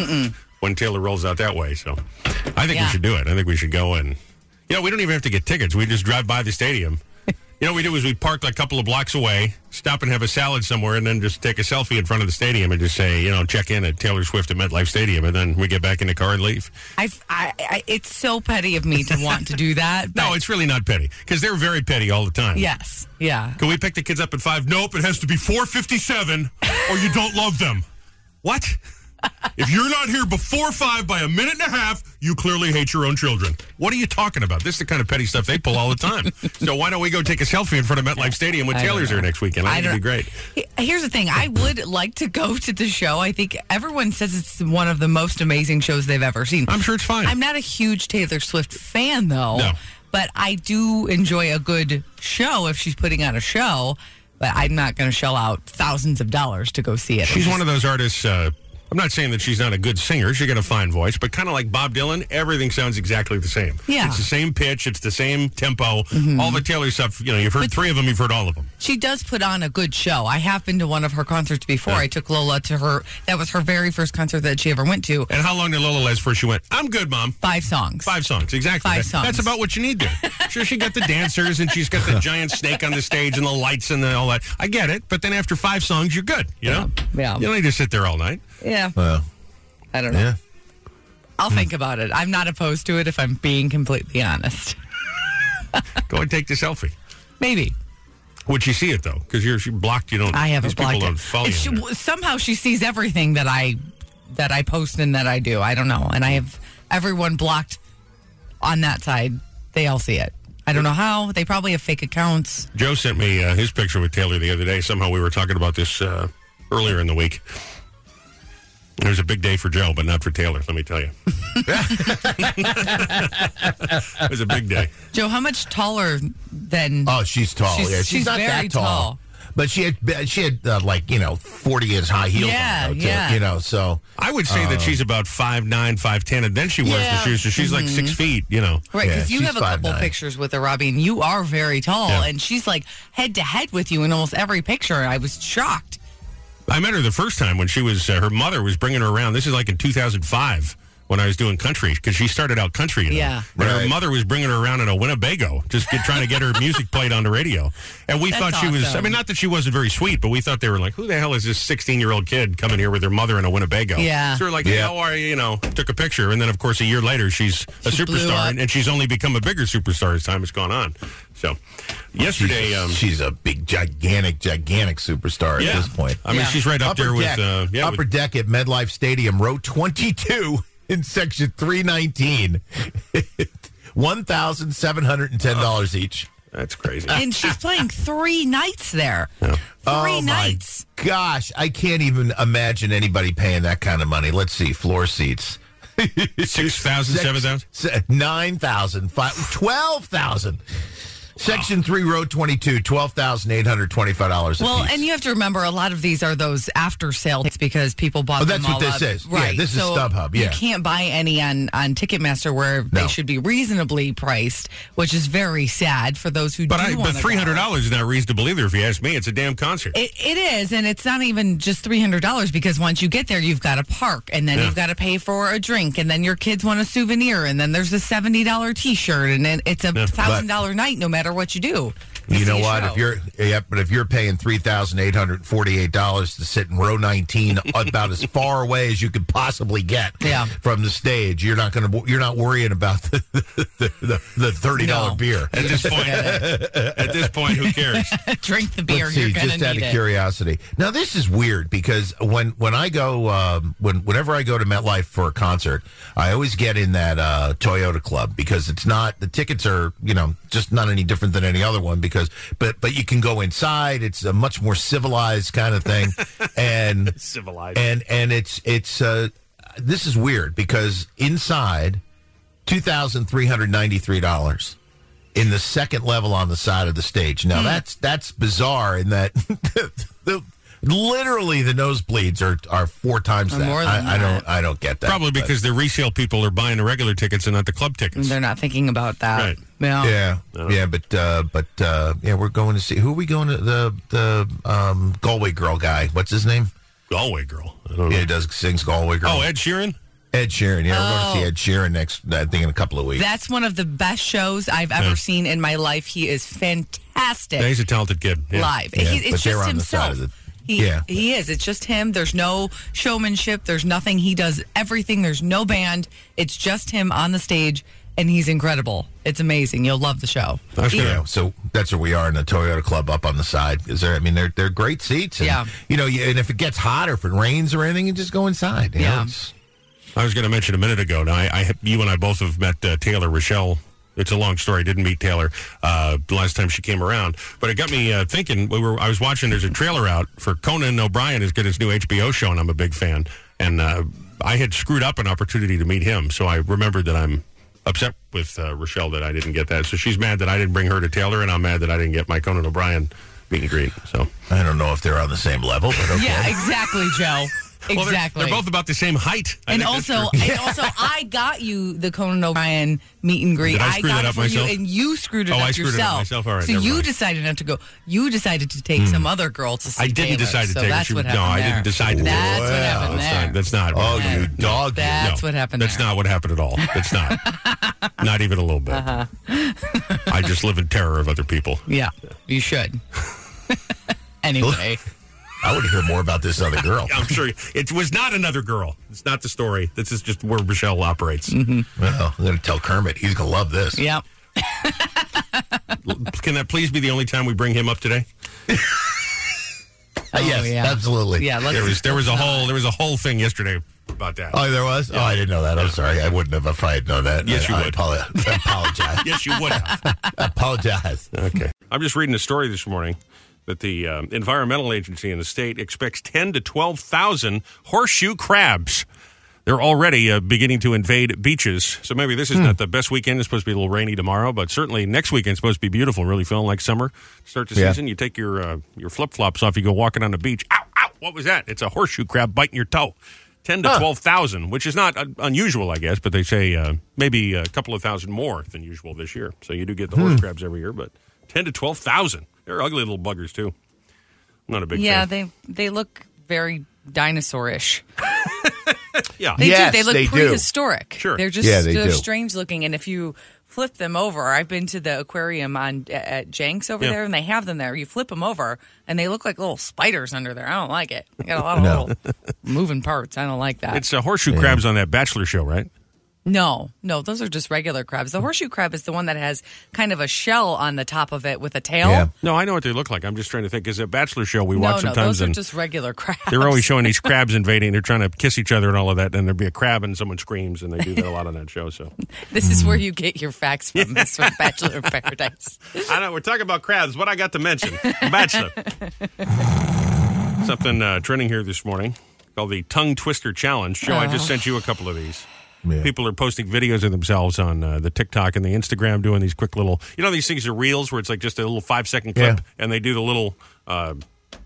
A: when Taylor rolls out that way. So I think we
B: Yeah.
A: should do it. I think we should go and, you know, we don't even have to get tickets. We just drive by the stadium. you know, what we do is we park like a couple of blocks away, stop and have a salad somewhere, and then just take a selfie in front of the stadium and just say, you know, check in at Taylor Swift at MetLife Stadium. And then we get back in the car and leave.
B: I've, I, I, it's so petty of me to want to do that.
A: No,
B: but
A: it's really not petty because they're very petty all the time.
B: yes, yeah.
A: Can we pick the kids up at five? Nope, it has to be four fifty-seven, or you don't love them. What? if you're not here before five by a minute and a half, you clearly hate your own children. What are you talking about? This is the kind of petty stuff they pull all the time. so why don't we go take a selfie in front of MetLife Stadium when
B: I don't
A: Taylor's
B: know.
A: here next weekend? I think it'd be great.
B: He- Here's the thing. I would like to go to the show. I think everyone says it's one of the most amazing shows they've ever seen.
A: I'm sure it's fine.
B: I'm not a huge Taylor Swift fan, though.
A: No.
B: But I do enjoy a good show if she's putting on a show. But I'm not going to shell out thousands of dollars to go see it.
A: She's one of those artists. Uh, I'm not saying that she's not a good singer. She's got a fine voice, but kind of like Bob Dylan, everything sounds exactly the same.
B: Yeah. Mm-hmm.
A: It's the same pitch. It's the same tempo. All the Taylor stuff, you know, you've heard three of them, you've heard all of them.
B: She does put on a good show. I have been to one of her concerts before. I took Lola to her. That was her very first concert that she ever went to.
A: And how long did Lola last before she went, I'm good, Mom?
B: Five songs.
A: Five songs, exactly.
B: Five
A: That-
B: songs.
A: That's about what you need there. sure, she got the dancers and she's got the giant snake on the stage and the lights and the, all that. I get it, but then after five songs, you're good, you know?
B: yeah.
A: You don't need to sit there all night.
B: Yeah.
D: Well,
B: I don't know.
D: yeah.
B: I'll think about it. I'm not opposed to it if I'm being completely honest.
A: Go and take the selfie.
B: Maybe.
A: Would you see it, though? Because you're she blocked, you don't.
B: I
A: these
B: haven't
A: people
B: blocked
A: don't
B: it.
A: follow you
B: She-
A: on there.
B: somehow she sees everything that I that I post and that I do. I don't know. And I have everyone blocked on that side. They all see it. I don't know how. They probably have fake accounts.
A: Joe sent me uh, his picture with Taylor the other day. Somehow we were talking about this uh, earlier in the week. It was a big day for Joe, but not for Taylor, let me tell you. it was a big day.
B: Joe, how much taller than
D: Oh, she's tall.
B: She's-
D: yeah, she's,
B: she's
D: not
B: very
D: that tall.
B: tall.
D: But she had she had uh, like you know forty inch high heels.
B: Yeah,
D: on though, too,
B: yeah.
D: You know, so
A: I would say that she's about five nine, five ten, and then she wears
D: Yeah.
A: the shoes, so she's like six feet, you know.
B: Right, because
D: Yeah,
B: you
D: she's
B: have a
D: 5'9".
B: couple pictures with her, Robbie, and you are very tall,
A: Yeah.
B: and she's like head to head with you in almost every picture. And I was shocked.
A: I met her the first time when she was, uh, her mother was bringing her around. This is like in 2005 when I was doing country because she started out country. You know?
B: Yeah.
A: And her
D: Right.
A: mother was bringing her around in a Winnebago, just get, trying to get her music played on the radio. And we
B: That's
A: thought she was, I
B: awesome.
A: mean, not that she wasn't very sweet, but we thought they were like, who the hell is this 16 year old kid coming here with her mother in a Winnebago?
B: Yeah.
A: So we're like, hey,
D: Yeah.
A: how are you? You know, took a picture. And then, of course, a year later, she's a
B: She blew
A: superstar
B: up.
A: and, and she's only become a bigger superstar as time has gone on. So yesterday,
D: she's,
A: um,
D: she's a big, gigantic, gigantic superstar
A: yeah.
D: at this point.
A: I mean,
B: Yeah.
A: she's right up there with,
D: deck,
A: uh, yeah,
D: upper
A: with-
D: deck at MedLife Stadium, row 22 in section 319. $1,710 each.
A: that's crazy.
B: and she's playing three nights there. Three
D: Oh
B: nights.
D: my gosh, I can't even imagine anybody paying that kind of money. Let's see, floor seats.
A: Six thousand, seven thousand.
D: Se- 9,000, fi- 12,000. Section 3, row 22, $12,825 a
B: Well,
D: piece.
B: and you have to remember a lot of these are those after sale tickets because people bought
D: Oh,
B: them
D: that's what
B: all
D: this
B: up.
D: is. Yeah,
B: Right.
D: this is
B: so
D: StubHub, yeah.
B: You can't buy any on on Ticketmaster where
D: No.
B: they should be reasonably priced, which is very sad for those who
A: But
B: do
A: I, but
B: wanna go.
A: three hundred dollars is not reasonable either. If you ask me, it's a damn concert.
B: It, it is, and it's not even just three hundred dollars because once you get there, you've got to park, and then
A: Yeah.
B: you've got to pay for a drink, and then your kids want a souvenir, and then there's a seventy dollar T-shirt, and then it's a thousand dollar night no matter what you do. to
D: You know
B: see a
D: what?
B: show.
D: If you're yep, but if you're paying three thousand eight hundred forty-eight dollars to sit in row nineteen, about as far away as you could possibly get
B: Yeah.
D: from the stage, you're not going to you're not worrying about the the, the, the thirty dollar
B: No.
D: beer.
A: At this point, at this point, who cares?
B: drink the beer,
D: Let's
B: you're
D: see,
B: gonna
D: just
B: need
D: out of
B: it.
D: curiosity. Now this is weird because when when I go um, when whenever I go to MetLife for a concert, I always get in that uh, Toyota Club because it's not the tickets are you know just not any different than any other one because but but you can go inside. It's a much more civilized kind of thing, and
A: Civilized.
D: and and it's it's uh, this is weird because inside two thousand three hundred ninety three dollars in the second level on the side of the stage.
B: Hmm.
D: Now that's that's bizarre in that the, literally the nosebleeds are are four times
B: Or
D: that.
B: more than
D: I, I
B: that.
D: don't I don't get that.
A: Probably
D: but-
A: because the resale people are buying the regular tickets and not the club tickets.
B: They're not thinking about that.
A: Right.
B: Yeah.
D: yeah, yeah, but uh, but uh, yeah, we're going to see who are we going to the the um, Galway girl guy. What's his name?
A: Galway girl. I don't know.
D: Yeah, he does sings Galway girl.
A: Oh, Ed Sheeran.
D: Ed Sheeran. Yeah, we're going to
B: Oh.
D: see Ed Sheeran next. I think in a couple of weeks.
B: That's one of the best shows I've ever seen in my life. He is fantastic
A: Yeah, he's a talented kid. Yeah.
B: live.
D: Yeah,
B: He-
D: but
B: it's
D: they're
B: just
D: on the side
B: himself.
D: of the-
B: he,
D: yeah.
B: he is. It's just him. There's no showmanship. There's nothing. He does everything. There's no band. It's just him on the stage, and he's incredible. It's amazing. You'll love the show.
A: That's
B: He-
A: good.
D: Yeah, so that's where we are in the Toyota Club up on the side. Is there? I mean, they're they're great seats. And,
B: Yeah.
D: You know, you- and if it gets hot or if it rains or anything, you just go inside. you know,
B: Yeah.
D: it's-
A: I was going to mention a minute ago. Now, I, I, you and I both have met uh, Taylor Rochelle. It's a long story. I didn't meet Taylor uh, the last time she came around, but it got me uh, thinking. We were. I was watching. There's a trailer out for Conan O'Brien has got his new HBO show, and I'm a big fan. And uh, I had screwed up an opportunity to meet him, so I remembered that I'm upset with uh, Rochelle that I didn't get that. So she's mad that I didn't bring her to Taylor, and I'm mad that I didn't get my Conan O'Brien meet and greet. So
D: I don't know if they're on the same level, but okay.
B: Yeah, exactly, Joe. Exactly.
A: Well, they're- they're, both about the same height. I
B: and
A: think that's
B: also,
A: true.
B: and also, I got you the Conan O'Brien meet and greet.
A: Did I screw
B: got
A: that
B: it
A: up
B: for
A: myself?
B: you, and you screwed it
A: Oh,
B: up
A: I screwed it up
B: yourself.
A: myself? All right,
B: so
A: never
B: you
A: mind. Hmm.
B: decided not to go. You decided to take some other girl to see.
A: I didn't
B: Taylor,
A: decide to
B: so
A: take her.
B: That's
A: She
B: what
A: was- no, I
B: happened
A: didn't
B: there.
A: decide to do it.
B: That's what happened
D: Well,
A: That's
B: there.
A: not, that's not.
D: Oh,
A: what
D: you
A: happened.
D: dog.
B: That's
A: No,
B: what happened.
A: That's
B: there.
A: not what happened at all. That's not. not even a little bit. I just live in terror of other people.
B: Yeah, you should. anyway,
D: I want to hear more about this other girl.
A: I'm sure it was not another girl. It's not the story. This is just where Michelle operates.
D: well, I'm going to tell Kermit. He's going to love this.
B: yeah.
A: Can that please be the only time we bring him up today?
D: Uh, yes,
B: Oh, yeah.
D: absolutely.
B: Yeah, let's.
A: There was there was a whole there was a whole thing yesterday about that.
D: Oh, there was? Oh, I didn't know that. I'm sorry. I wouldn't have if I had known that.
A: Yes,
D: I,
A: you
D: I
A: would.
D: apolo- I apologize.
A: yes, you would have.
D: I apologize.
A: Okay. I'm just reading a story this morning that the um, environmental agency in the state expects 10 to 12,000 horseshoe crabs. They're already uh, beginning to invade beaches. So maybe this is not the best weekend. It's supposed to be a little rainy tomorrow, but certainly next weekend's supposed to be beautiful. Really feeling like summer. Start the
D: Yeah.
A: season. You take your uh, your flip flops off. You go walking on the beach. Ow, ow! What was that? It's a horseshoe crab biting your toe. Ten to twelve thousand, which is not uh, unusual, I guess. But they say uh, maybe a couple of thousand more than usual this year. So you do get the horse crabs every year, but ten to twelve thousand. They're ugly little buggers too. I'm not a big
B: Yeah,
A: fan.
B: they they look very dinosaurish.
A: Yeah.
B: They
D: Yes,
B: do. They look
D: they do.
B: prehistoric.
A: Sure.
B: They're just
D: Yeah, they
B: they're
D: do.
B: strange looking. And if you flip them over, I've been to the aquarium on at Jenks over
A: Yeah.
B: there, and they have them there. You flip them over, and they look like little spiders under there. I don't like it. They got a lot of
D: No.
B: little moving parts. I don't like that.
A: It's uh, horseshoe crabs on that Bachelor show, right?
B: no, no, those are just regular crabs. The horseshoe crab is the one that has kind of a shell on the top of it with a tail.
D: Yeah.
A: No, I know what they look like. I'm just trying to think. Is a Bachelor show we
B: No,
A: watch
B: no,
A: sometimes
B: those are
A: and
B: just regular crabs.
A: they're always showing these crabs invading. They're trying to kiss each other and all of that. And there'd be a crab and someone screams, and they do that a lot on that show. So
B: This is where you get your facts from. This from Bachelor in Paradise.
A: I know we're talking about crabs. What I got to mention, Bachelor. Something uh, trending here this morning called the tongue twister challenge. Joe, I just sent you a couple of these.
D: Oh. Yeah.
A: People are posting videos of themselves on uh, the TikTok and the Instagram doing these quick little, you know, these things are reels where it's like just a little five second clip
D: Yeah.
A: and they do the little uh,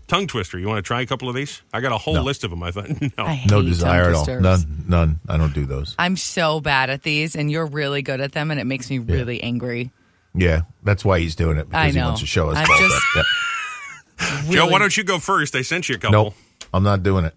A: tongue twister. You want to try a couple of these? I got a whole list of them. I thought, Oh, no.
B: I
D: No
B: hate
D: desire
B: tongue
D: at all.
B: twisters.
D: None. None. I don't do those.
B: I'm so bad at these, and you're really good at them, and it makes me really angry.
D: Yeah, that's why he's doing it because
B: I
D: he
B: know.
D: wants to show us.
B: I'm
D: both
B: just-
D: that.
A: Joe,
B: Really.
A: why don't you go first? I sent you a
D: Yeah.
A: couple.
D: Nope, I'm not doing it.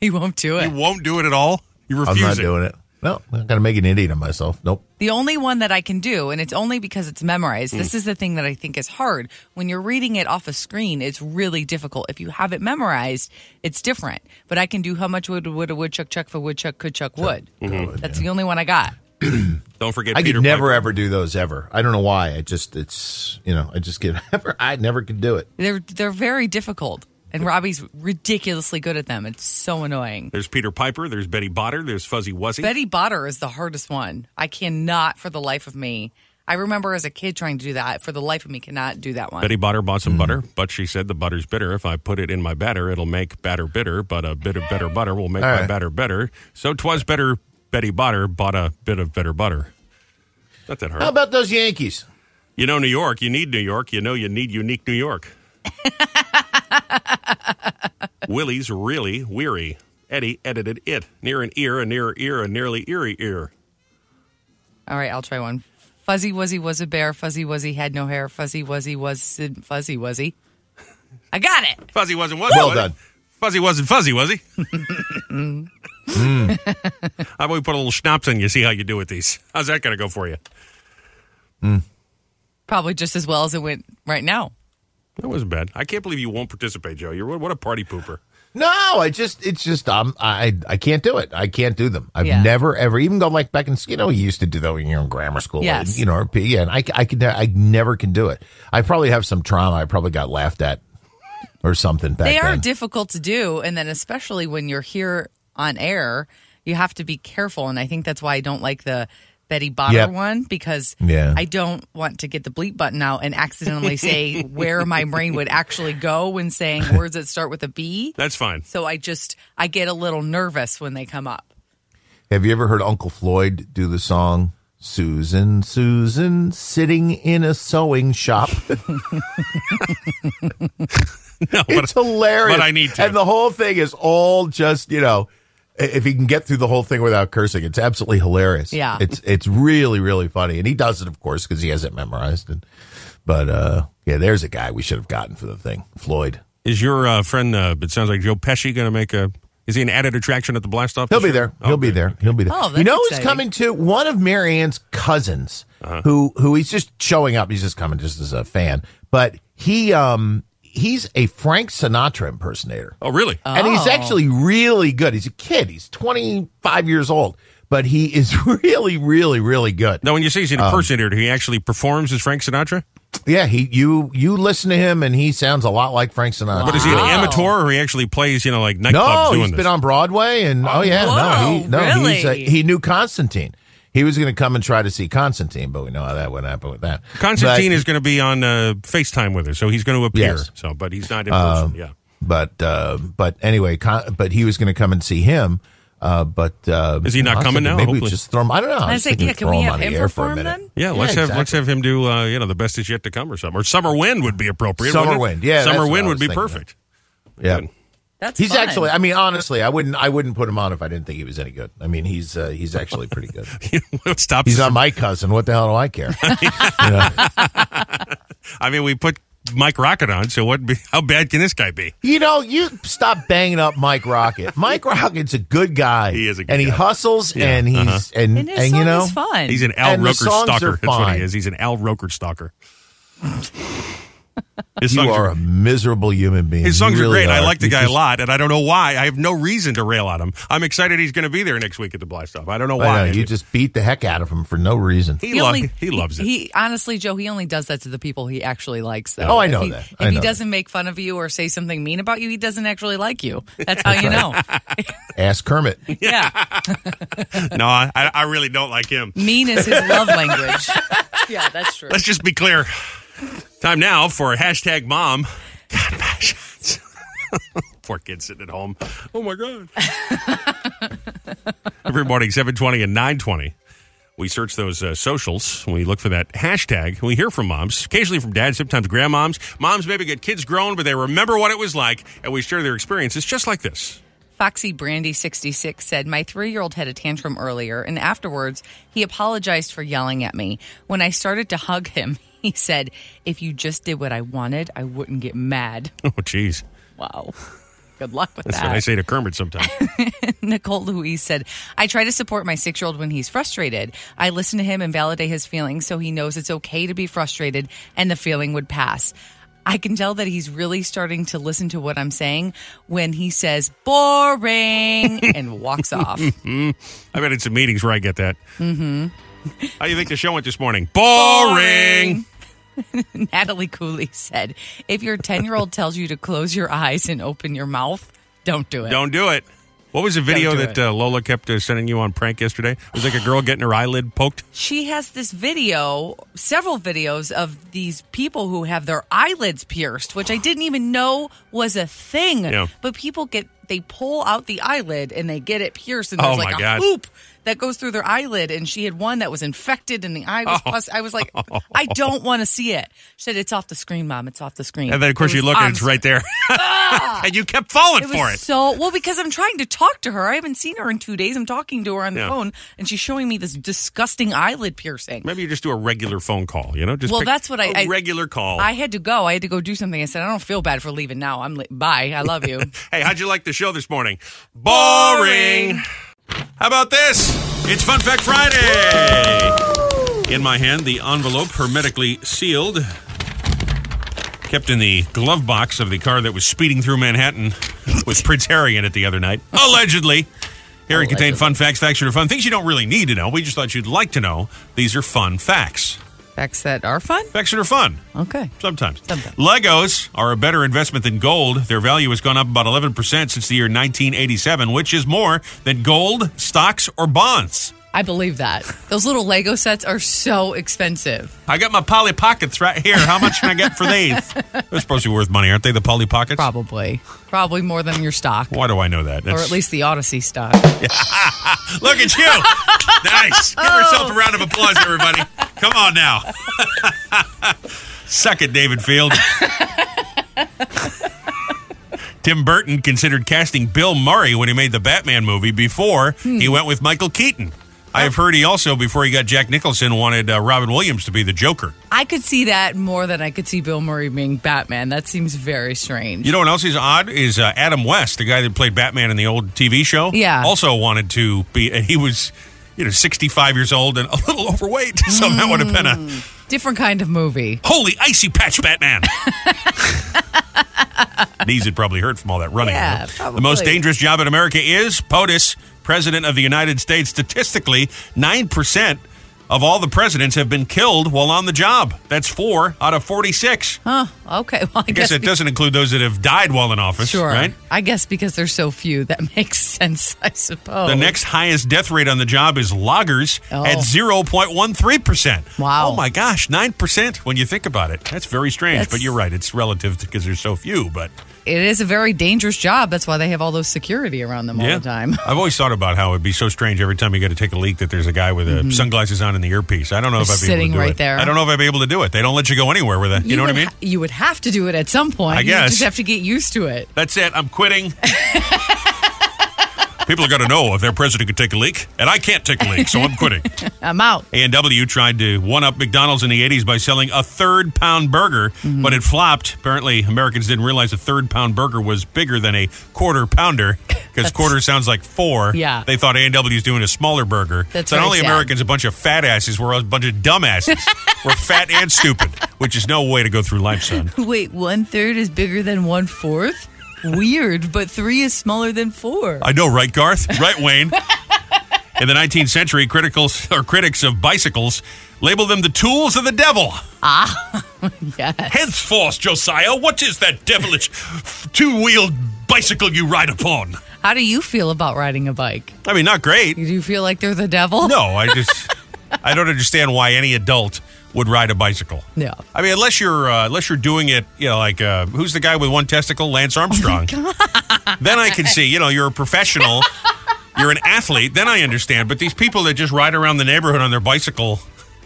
B: He won't do it.
A: You won't do it at all? You
D: I'm
A: refuse
D: not
A: it.
D: doing it. No, I'm gonna make an idiot of myself. Nope.
B: The only one that I can do, and it's only because it's memorized. This is the thing that I think is hard. When you're reading it off a screen, it's really difficult. If you have it memorized, it's different. But I can do how much would, would a woodchuck chuck for woodchuck could chuck wood. That's the only one I got.
A: Don't forget
D: I
A: Peter
D: could never
A: Piper.
D: ever do those ever. I don't know why. I just it's you know I just get ever. I never could do it.
B: They're they're very difficult, and Robbie's ridiculously good at them. It's so annoying.
A: There's Peter Piper. There's Betty Botter. There's Fuzzy Wuzzy.
B: Betty Botter is the hardest one. I cannot for the life of me. I remember as a kid trying to do that. For the life of me, cannot do that one.
A: Betty Botter bought
D: Hmm.
A: some butter, but she said the butter's bitter. If I put it in my batter, it'll make batter bitter, but a bit of better butter will make
D: All
A: my
D: right.
A: batter better. So 'twas better Betty Botter bought a bit of better butter. Not that hard.
D: How about those Yankees?
A: you know New York. You need New York. You know you need unique New York. Willie's really weary. Eddie edited it. Near an ear, a near ear, a nearly eerie ear.
B: All right, I'll try one. Fuzzy Wuzzy was a bear. Fuzzy Wuzzy had no hair. Fuzzy Wuzzy was Fuzzy Wuzzy. I got it.
A: Fuzzy wasn't was
D: Well
A: was he?
D: done.
A: Fuzzy wasn't fuzzy, was he? Hmm. How about we put a little schnapps in you, see how you do with these? How's that going to go for you?
B: Probably just as well as it went right now.
A: That wasn't bad. I can't believe you won't participate, Joe. You're what a party pooper.
D: No, I just it's just um I I can't do it. I can't do them. I've
B: Yeah.
D: never ever even go like back in you know you used to do that when you were in grammar school.
B: Yes.
D: and, you know or P- yeah, and I I could I never can do it. I probably have some trauma. I probably got laughed at or something back
B: they are
D: then.
B: difficult to do, and then especially when you're here on air, you have to be careful. And I think that's why I don't like the Betty Botter
D: Yep.
B: one because
D: Yeah.
B: I don't want to get the bleep button out and accidentally say where my brain would actually go when saying words that start with a B.
A: That's fine.
B: So I just I get a little nervous when they come up.
D: Have you ever heard Uncle Floyd do the song Susan Susan sitting in a sewing shop?
A: No, but
D: it's hilarious.
A: but I need to.
D: And the whole thing is all just, you know, i- if he can get through the whole thing without cursing, it's absolutely hilarious.
B: Yeah.
D: It's it's really, really funny. And he does it, of course, because he has it memorized. And, but uh yeah, there's a guy we should have gotten for the thing. Floyd.
A: is your uh, friend? Uh, it sounds like Joe Pesci going to make a. Is he an added attraction at the blast off?
D: He'll
A: this
D: be
A: year?
D: there. He'll be there. He'll be there.
B: Oh, that's
D: you know who's
B: exciting.
D: coming to one of Marianne's cousins,
A: Uh-huh.
D: who who he's just showing up. He's just coming just as a fan, but he um he's a Frank Sinatra impersonator,
A: Oh, really?
D: and he's actually really good. He's a kid. He's twenty five years old, but he is really, really, really good.
A: now, when you say
D: um,
A: he's an impersonator, he actually performs as Frank Sinatra.
D: Yeah, he you you listen to him, and he sounds a lot like Frank Sinatra.
A: But is he an
B: Wow.
A: amateur, or he actually plays? You know, like nightclubs
D: No,
A: doing
D: he's
A: this.
D: been on Broadway, and oh, yeah, no, he,
B: whoa,
D: no, he's, uh,
B: really?
D: he knew Constantine. He was going to come and try to see Constantine, but we know how that went happen with that.
A: Constantine
D: but,
A: is going to be on uh, FaceTime with her, so he's going to appear.
D: Yes. Um,
A: So, but he's not in person. yeah.
D: but uh, but anyway, Con- but he was going to come and see him. Uh, but uh,
A: Is he not coming
D: Constantine,
A: now?
D: Maybe we
A: Hopefully.
D: just throw him. I don't know.
B: I
D: I
B: was
D: was
B: like,
D: thinking
B: yeah, can
D: throw
B: we
D: him
B: have
D: on the
B: him
D: air for a
B: perform
D: minute.
B: then?
A: Yeah, let's have
D: exactly.
A: let's have him do uh, you know the best is yet to come or something. Or summer wind would be appropriate. wouldn't
D: Summer
A: it?
D: Wind, yeah, that's
A: summer
D: what
A: wind
D: I
A: would
D: was
A: be
D: thinking of.
A: perfect.
D: Yeah.
B: That's
D: He's
B: fun.
D: actually. I mean, honestly, I wouldn't. I wouldn't put him on if I didn't think he was any good. I mean, he's uh, he's actually pretty good.
A: Stop.
D: He's not my cousin. What the hell do I care?
A: I mean, we put Mike Rocket on. So what? be- How bad can this guy be?
D: You know, you stop banging up Mike Rocket. Mike Rocket's a good guy.
A: He is a good
D: and he
A: guy.
D: hustles
A: Yeah, uh-huh.
D: and he's and
B: And his
D: and
B: song
D: you know
B: is fun.
A: He's an Al
D: And the
A: Roker
D: songs
A: stalker.
D: are
A: That's what
D: fine.
A: he is. He's an Al Roker stalker. His
D: you
A: songs
D: are
A: are,
D: a miserable human being.
A: his
D: You
A: songs are
D: really
A: great. I
D: are.
A: like the
D: You
A: guy a
D: just-
A: lot, and I don't know why. I have no reason to rail at him. I'm excited he's going to be there next week at the Blast Off. I don't know
D: I
A: why.
D: know, you just beat the heck out of him for no reason.
A: he, lo- he loves it.
B: He, honestly, Joe, he only does that to the people he actually likes. Though.
D: Oh, I
B: If
D: know
B: he-
D: that.
B: If
D: I
B: he
D: know that.
B: doesn't make fun of you or say something mean about you, he doesn't actually like you. That's how you know.
D: Ask Kermit. Uh,
B: yeah,
A: no, I, I really don't like him.
B: mean is his love language. yeah, that's true.
A: Let's just be clear. Time now for hashtag mom. God, my shots. Poor kid sitting at home. Oh my god. Every morning, seven twenty and nine twenty, we search those uh, socials. We look for that hashtag. We hear from moms, occasionally from dads, sometimes grandmoms. Moms maybe get kids grown, but they remember what it was like, and we share their experiences just like this.
B: Foxy Brandy 66 said, My three year old had a tantrum earlier, and afterwards, he apologized for yelling at me. When I started to hug him, he said, If you just did what I wanted, I wouldn't get mad.
A: Oh, jeez.
B: Wow. Good luck with
A: That's
B: that.
A: what I say to Kermit sometimes.
B: Nicole Louise said, I try to support my six year old when he's frustrated. I listen to him and validate his feelings so he knows it's okay to be frustrated and the feeling would pass. I can tell that he's really starting to listen to what I'm saying when he says boring and walks off.
A: I bet it's in meetings where I get that. Mm-hmm. How do you think the show went this morning? Boring.
B: Natalie Cooley said, If your 10 year old tells you to close your eyes and open your mouth, don't do it.
A: Don't do it. What was the video
B: do
A: that
B: it.
A: uh, Lola kept uh, sending you on prank yesterday? It was like a girl getting her eyelid poked.
B: She has this video, several videos of these people who have their eyelids pierced, which I didn't even know was a thing.
A: Yeah.
B: But people get they pull out the eyelid and they get it pierced, and
A: Oh,
B: there's
A: my
B: like a
A: God.
B: hoop that goes through their eyelid. And she had one that was infected, and the eye
A: Oh.
B: was pus. I was like, I don't want to see it. She said, "It's off the screen, mom. It's off the screen."
A: And then, of course,
B: It
A: you
B: was
A: look
B: on
A: and it's
B: the
A: right there. and you kept falling
B: it was
A: for it.
B: so well because I'm trying to talk to her. I haven't seen her in two days. I'm talking to her on the
A: Yeah.
B: phone, and she's showing me this disgusting eyelid piercing.
A: Maybe you just do a regular phone call, you know? Just
B: Well,
A: pick
B: that's what I-
A: a
B: I-
A: regular call.
B: I had to go. I had to go do something. I said, I don't feel bad for leaving now. I'm li- bye. I love you.
A: hey, how'd you like the show this morning? Boring. How about this? It's Fun Fact Friday. In my hand, the envelope hermetically sealed, kept in the glove box of the car that was speeding through Manhattan with Prince Harry in it the other night. Allegedly. Here it contained fun facts, facts that are fun, things you don't really need to know. We just thought you'd like to know. These are fun facts.
B: Facts that are fun.
A: Facts that are fun.
B: Okay.
A: Sometimes.
B: Sometimes.
A: Legos are a better investment than gold. Their value has gone up about 11% since the year 1987, which is more than gold, stocks, or bonds.
B: I believe that. Those little Lego sets are so expensive.
A: I got my Polly Pockets right here. How much can I get for these? They're supposed to be worth money, aren't they, the Polly Pockets?
B: Probably. Probably more than your stock.
A: Why do I know that?
B: Or
A: That's-
B: at least the Odyssey stock.
A: Look at you. nice. Give yourself a round of applause, everybody. Come on now. Suck it, David Field. Tim Burton considered casting Bill Murray when he made the Batman movie before he went with Michael Keaton. I have heard he also, before he got Jack Nicholson, wanted uh, Robin Williams to be the Joker.
B: I could see that more than I could see Bill Murray being Batman. That seems very strange.
A: You know what else is odd is uh, Adam West, the guy that played Batman in the old TV show.
B: Yeah.
A: also wanted to be. And he was, you know, sixty-five years old and a little overweight, so that would have been
B: Hmm.
A: a
B: Different kind of movie.
A: holy icy patch, Batman. Knees would probably hurt from all that running.
B: Yeah,
A: huh?
B: probably.
A: The most dangerous job in America is POTUS, President of the United States. Statistically, nine percent of all the presidents have been killed while on the job. That's four out of forty-six.
B: Huh. Okay. Well, I,
A: I guess it
B: be-
A: doesn't include those that have died while in office,
B: Sure.
A: right?
B: I guess because there's so few, that makes sense, I suppose.
A: The next highest death rate on the job is loggers
B: Oh.
A: at 0.13%.
B: Wow.
A: Oh my gosh, 9% when you think about it. That's very strange,
B: That's-
A: but you're right. It's relative because there's so few, but
B: It is a very dangerous job. That's why they have all those security around them all the time.
A: I've always thought about how it'd be so strange every time you got to take a leak that there's a guy with uh, sunglasses on and the earpiece. I don't know if I'd
B: Just
A: be able to
B: Mm-hmm. sitting
A: do
B: right
A: it.
B: there.
A: I don't know if I'd be able to do it. They don't let you go anywhere with that. You, know what I
B: would
A: mean?
B: ha- you would have to do it at some point.
A: I
B: You
A: guess.
B: just have to get used to it.
A: That's it. I'm quitting. People are going to know if their president could take a leak, and I can't take a leak, so I'm quitting.
G: I'm out.
A: A&W tried to one up McDonald's in the 80s by selling a third pound burger,
G: Mm-hmm.
A: but it flopped. Apparently, Americans didn't realize a third pound burger was bigger than a quarter pounder because quarter sounds like four.
G: Yeah.
A: They thought A&W is doing a smaller burger.
G: That's
A: so not
G: very
A: only
G: sad.
A: Americans a bunch of fat asses, we're a bunch of dumbasses. we're fat and stupid, which is no way to go through life, son.
G: Wait, one third is bigger than one fourth? Weird, but three is smaller than four.
A: I know, right, Garth? Right, Wayne. In the 19th century, criticals or critics of bicycles labeled them the tools of the devil.
G: Yes.
A: Henceforth, Josiah, what is that devilish two-wheeled bicycle you ride upon?
G: How do you feel about riding a bike?
A: I mean, not great.
G: Do you feel like they're the devil?
A: No, I just I don't understand why any adult would ride a bicycle.
G: Yeah.
A: I mean, unless you're uh, unless you're doing it, you know, like uh, who's the guy with one testicle, Lance Armstrong?
G: Oh
A: then I can see, you know, you're a professional, you're an athlete. Then I understand. But these people that just ride around the neighborhood on their bicycle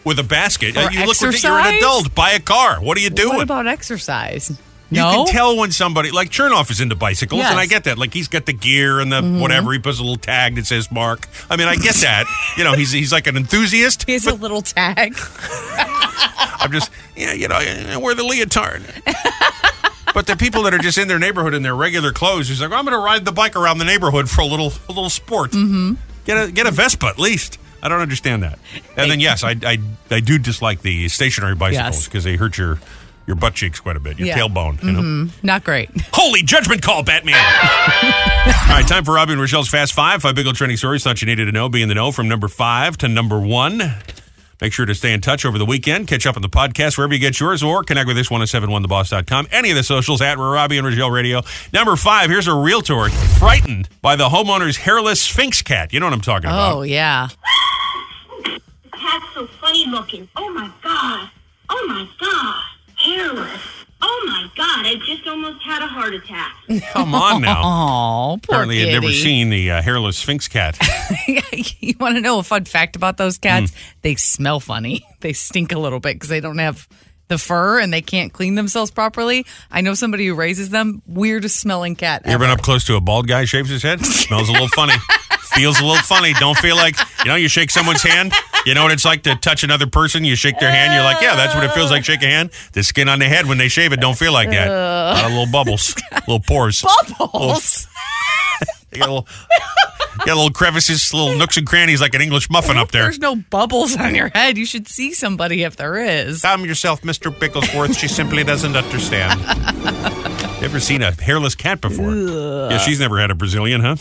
A: with a basket, uh,
G: For
A: you look ridic- you're an
G: exercise?
A: adult. Buy a car. What are you doing?
G: What about exercise?
A: You
G: no.
A: can tell when somebody like Chernoff is into bicycles,
G: Yes. Mm-hmm.
A: and I get that. Like he's got the gear and the whatever. He puts a little tag that says Mark. I mean, I get that. you know, he's he's like an enthusiast.
G: He has a little tag.
A: I'm just yeah, you know, I wear the leotard. but the people that are just in their neighborhood in their regular clothes, he's like, I'm going to ride the bike around the neighborhood for a little a little sport. Mm-hmm. Get a get a Vespa at least. I don't understand that. And then yes, I I, I do dislike the stationary bicycles
G: Yes.
A: because they hurt your your butt cheeks quite a bit, your
G: Yeah. Mm-hmm.
A: tailbone. You know.
G: Not great.
A: Holy judgment call, Batman. All right, time for Robbie and Rochelle's Fast Five. Five big old trending stories. Thought you needed to know. Be in the know from number five to number one. Make sure to stay in touch over the weekend. Catch up on the podcast wherever you get yours or connect with this 1071theboss.com. Any of the socials at Robbie and Rochelle Radio. Number five, here's a realtor frightened by the homeowner's hairless sphinx cat. You know what I'm talking about.
G: Oh, yeah.
H: Cat's so funny looking. Oh my god. Oh my god. Hairless. Oh my god. I just almost had a heart attack.
A: Come on now.
G: Oh, poor
A: Apparently,
G: kitty.
A: you've never seen the uh, hairless sphinx cat.
G: you want to know a fun fact about those cats?
A: Hmm.
G: They smell funny. They stink a little bit because they don't have the fur and they can't clean themselves properly. I know somebody who raises them. Weirdest smelling cat.
A: You ever been up close to a bald guy, shaves his head, smells a little funny, feels a little funny. Don't feel like, you know, you shake someone's hand. You know what it's like to touch another person? You shake their hand. You're like, yeah, that's what it feels like. Shake a hand. The skin on the head when they shave it don't feel like that. A lot of little bubbles, little pores.
G: Bubbles.
A: You got, little, you got little crevices, little nooks and crannies like an English muffin up there.
G: There's no bubbles on your head. You should see somebody if there is.
A: Calm yourself, Mr. Bigglesworth. She simply doesn't understand. Never seen a hairless cat before. Yeah, she's never had a Brazilian, huh?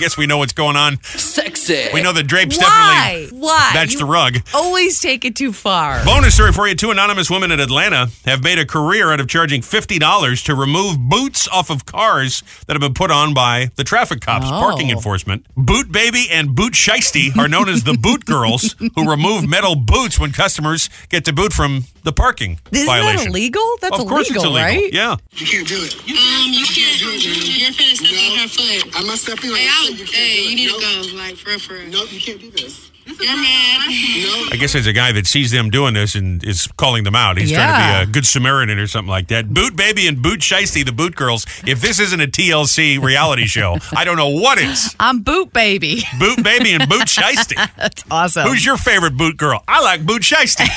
A: Guess we know what's going on.
F: Sexy.
A: We know the drapes
G: Why?
A: definitely.
G: Why?
A: That's
G: You
A: the rug.
G: Always take it too far.
A: Bonus story for you. Two anonymous women in Atlanta have made a career out of charging $50 to remove boots off of cars that have been put on by the traffic cops,
G: Oh.
A: parking enforcement. Boot Baby and Boot Shiesty are known as the Boot Girls who remove metal boots when customers get to boot from the parking
G: Isn't
A: violation.
G: that illegal? That's
A: of course
G: illegal,
A: it's illegal.
G: right?
A: Yeah.
I: You can't do it. You
J: Um, you
I: can't
J: can't.
I: do it, man.
J: You're finna step on her foot.
I: I'm not stepping on
J: Hey,
I: you.
J: I'll,
I: You can't
J: hey,
I: do it.
J: you need
I: Nope.
J: to go, like, for real, for real.
I: Nope, you can't do this.
J: You're mad.
I: No.
A: I guess there's a guy that sees them doing this and is calling them out. He's trying
G: Yeah.
A: to be a good Samaritan or something like that. Boot Baby and Boot Shiesty, the Boot Girls. If this isn't a TLC reality show, I don't know what is.
G: I'm boot baby.
A: Boot Baby and Boot Shiesty.
G: That's awesome.
A: Who's your favorite boot girl? I like Boot Shiesty.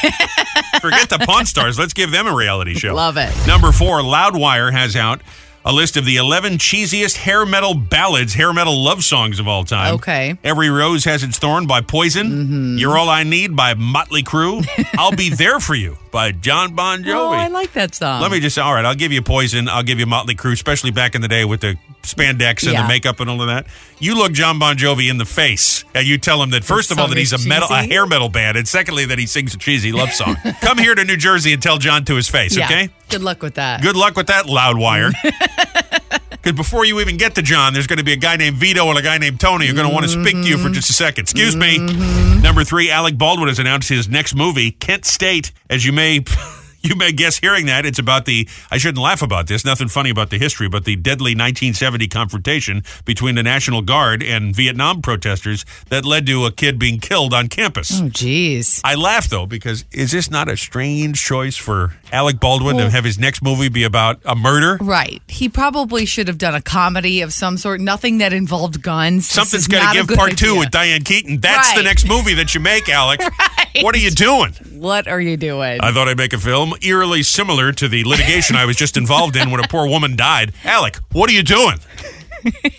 A: Forget the Pawn Stars. Let's give them a reality show.
G: Love it.
A: Number four, Loudwire has out a list of the 11 cheesiest hair metal ballads, hair metal love songs of all time.
G: Okay. Mm-hmm.
A: Every Rose Has Its Thorn by Poison. You're All I Need by Motley Crue. I'll Be There For You by John Bon Jovi.
G: oh, I like that song.
A: Let me just all right. I'll give you Poison. I'll give you Motley Crue, especially back in the day with the spandex and
G: Yeah.
A: the makeup and all of that. You look John Bon Jovi in the face, and you tell him that first of all
G: song
A: that he's a
G: is
A: metal, a
G: cheesy?
A: hair metal band, and secondly that he sings a cheesy love song. Come here to New Jersey and tell John to his face.
G: Yeah.
A: Okay.
G: Good luck with that.
A: Good luck with that loud wire. Because before you even get to John, there's going to be a guy named Vito and a guy named Tony. You're going to want to speak to you for just a second. Excuse me. Number three, Alec Baldwin has announced his next movie, Kent State. As you may, You may guess hearing that it's about the I shouldn't laugh about this, nothing funny about the history, but the deadly 1970 confrontation between the National Guard and Vietnam protesters that led to a kid being killed on campus.
G: Oh, jeez.
A: I laugh though because is this not a strange choice for Alec Baldwin to have his next movie be about a murder?
G: Right. He probably should have done a comedy of some sort, nothing that involved guns.
A: Something's got to give part two with Diane Keaton. That's the
G: Right.
A: next movie that you make, Alec. What are you doing?
G: What are you doing?
A: I thought I'd make a film eerily similar to the litigation I was just involved in when a poor woman died. Alec, what are you doing?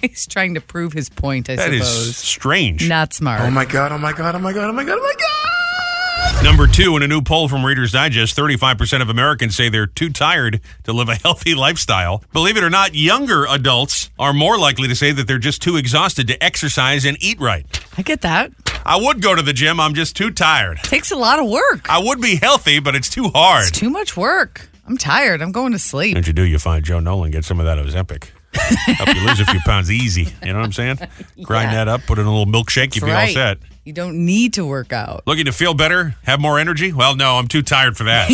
G: He's trying to prove his point, I
A: That is
G: suppose.
A: strange.
G: Not smart.
C: Oh my god! Oh my god! Oh my god! Oh my god! Oh my god!
A: Number two, in a new poll from Reader's Digest, 35% of Americans say they're too tired to live a healthy lifestyle. Believe it or not, younger adults are more likely to say that they're just too exhausted to exercise and eat right.
G: I get that.
A: I would go to the gym, I'm just too tired.
G: Takes a lot of work.
A: I would be healthy, but it's too hard.
G: It's too much work. I'm tired. I'm going to sleep.
A: What you do, you find Joe Nolan, get some of that Ozempic. Help you lose a few pounds easy. You know what I'm saying? Grind that up, put in a little milkshake,
G: That's
A: you'd be all
G: right.
A: set.
G: You don't need to work out.
A: Looking to feel better, have more energy? Well, no, I'm too tired for that.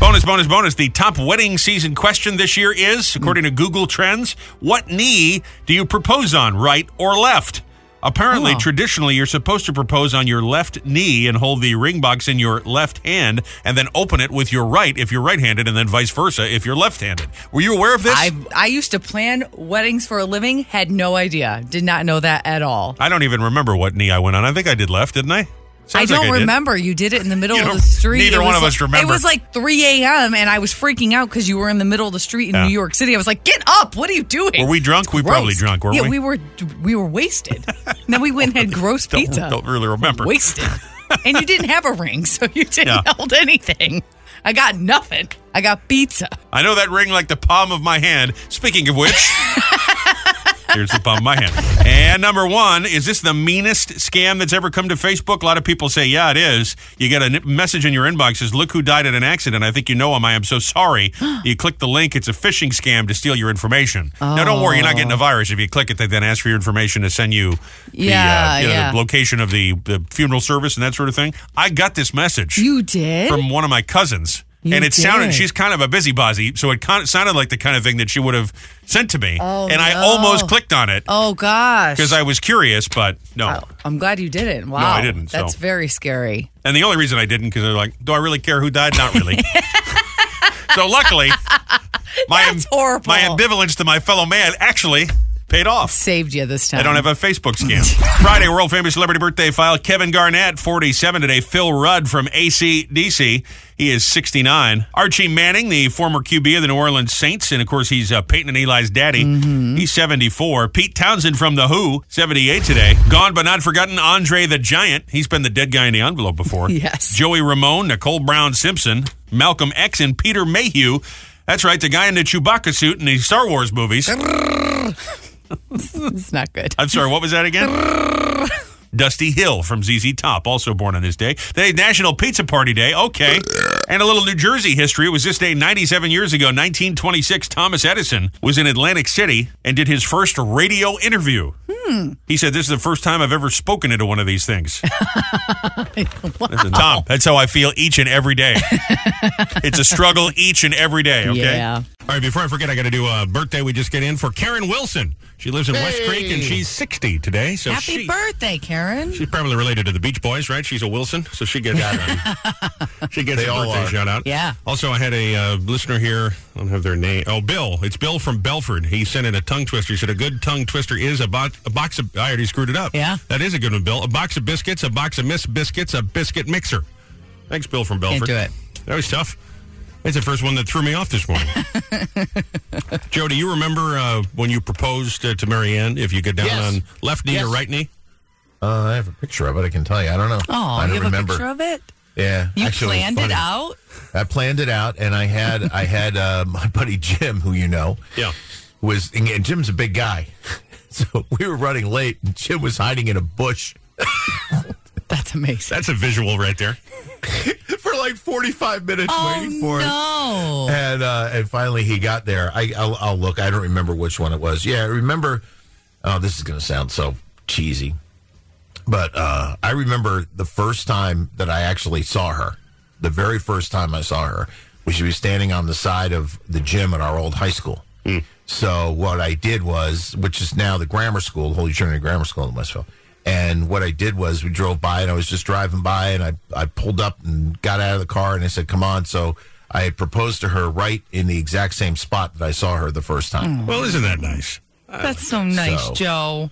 A: bonus, bonus, bonus. The top wedding season question this year is, according to Google Trends, what knee do you propose on, right or left? Apparently,
G: Oh.
A: traditionally, you're supposed to propose on your left knee and hold the ring box in your left hand and then open it with your right if you're right handed, and then vice versa if you're left handed. Were you aware of this?
G: I I used to plan weddings for a living. Had no idea. Did not know that at all.
A: I don't even remember what knee I went on. I think I did left, didn't I? Sounds
G: I
A: like
G: don't
A: did.
G: remember. You did it in the middle
A: You
G: of
A: don't-
G: the street.
A: neither
G: It
A: one
G: was
A: of us
G: like-
A: remember.
G: It was like 3 a.m. and I was freaking out because you were in the middle of the street in
A: Yeah.
G: New York City. I was like, "Get up! What are you doing?"
A: Were we drunk? We
G: Gross.
A: probably drunk, weren't
G: yeah,
A: we?
G: we? were. We were wasted. And then we went and had gross
A: Don't-
G: pizza.
A: Don't really remember.
G: Wasted. and you didn't have a ring, so you didn't
A: Yeah.
G: hold anything. I got nothing. I got pizza.
A: I know that ring like the palm of my hand. Speaking of which, here's the palm of my hand. And number one, is this the meanest scam that's ever come to Facebook? A lot of people say, yeah, it is. You get a n- message in your inbox says, look who died in an accident. I think you know him. I am so sorry. you click the link. It's a phishing scam to steal your information. Now, don't worry. You're not getting
G: Oh.
A: a virus. If you click it, they then ask for your information to send you the,
G: Yeah,
A: uh, you know,
G: yeah.
A: the location of the, the funeral service and that sort of thing. I got this message
G: You did.
A: from one of my cousins.
G: You
A: and it sounded
G: did.
A: she's kind of a busybody, so it kind of sounded like the kind of thing that she would have sent to me.
G: Oh,
A: and I
G: no.
A: almost clicked on it
G: oh gosh.
A: because I was curious, but no.
G: Oh, I'm glad you didn't. Wow.
A: I didn't, so.
G: That's very scary.
A: And the only reason I didn't because they're like, do I really care who died? Not really. so luckily, my
G: That's horrible.
A: my ambivalence to my fellow man actually paid off.
G: Saved you this time.
A: I don't have a Facebook scam. Friday, world famous celebrity birthday file. Kevin Garnett, 47 today. Phil Rudd from ACDC. He is 69. Archie Manning, the former QB of the New Orleans Saints. And of course, he's uh, Peyton and Eli's daddy.
G: Mm-hmm.
A: He's 74. Pete Townsend from The Who, 78 today. Gone but not forgotten, Andre the Giant. He's been the dead guy in the envelope before.
G: Yes.
A: Joey Ramone, Nicole Brown Simpson, Malcolm X, and Peter Mayhew. That's right, the guy in the Chewbacca suit in the Star Wars movies.
G: It's not good.
A: I'm sorry, what was that again? Dusty Hill from ZZ Top, also born on this day. Today's National Pizza Party Day. Okay. And a little New Jersey history. It was this day 97 years ago, 1926. Thomas Edison was in Atlantic City and did his first radio interview. He said, This is the first time I've ever spoken into one of these things. Listen, Tom, that's how I feel each and every day. it's a struggle each and every day, okay?
G: Yeah.
C: All right, before I forget, I got to do a birthday we just get in for Karen Wilson. She lives in West Creek and she's 60 today. So
B: Happy
C: she,
B: birthday, Karen.
C: she's probably related to the Beach Boys, right? She's a Wilson, so she gets out. on- she gets a
D: all
C: birthday
D: are.
C: shout out.
B: Yeah.
C: Also, I had a uh, listener here. I don't have their name. Oh, Bill. It's Bill from Belford. He sent in a tongue twister. He said a good tongue twister is a, box. a box of. I already screwed it up.
B: Yeah.
C: That is a good one, Bill. A box of biscuits, a box of missed biscuits, a biscuit mixer. Thanks, Bill from Belford.
B: do it.
C: That was tough. That's the first one that threw me off this morning. Joe, do you remember uh, when you proposed uh, to Marianne? If you go down
D: Yes.
C: on left knee
D: Yes.
C: or right knee?
D: Uh, I have a picture of it. I can tell you. I don't know.
B: Oh,
D: I
B: you
D: don't
B: have
D: remember.
B: a picture of it?
D: Yeah,
B: You
D: actually, was
B: planned it
D: funny.
B: out?
D: I planned it out, and I had I had uh, my buddy Jim, who you know,
C: Yeah.
D: was and Jim's a big guy, so we were running late, and Jim was hiding in a bush
B: That's amazing.
C: That's a visual right there.
D: for like forty five minutes waiting for us.
B: Oh, no.
D: and uh, and finally he got there. I I'll, I'll look. I don't remember which one it was. Yeah, I remember. Oh, this is gonna sound so cheesy, but uh, I remember the first time that I actually saw her the very first time I saw her was she was standing on the side of the gym at our old high school. So what I did was, which is now the grammar school, the Holy Trinity Grammar School in Westville. And what I did was we drove by and I was just driving by and I, I pulled up and got out of the car and I said, come on. So I had proposed to her right in the exact same spot that I saw her the first time.
B: Hmm.
A: Well, isn't that nice?
B: That's so nice,
D: So-
B: Joe.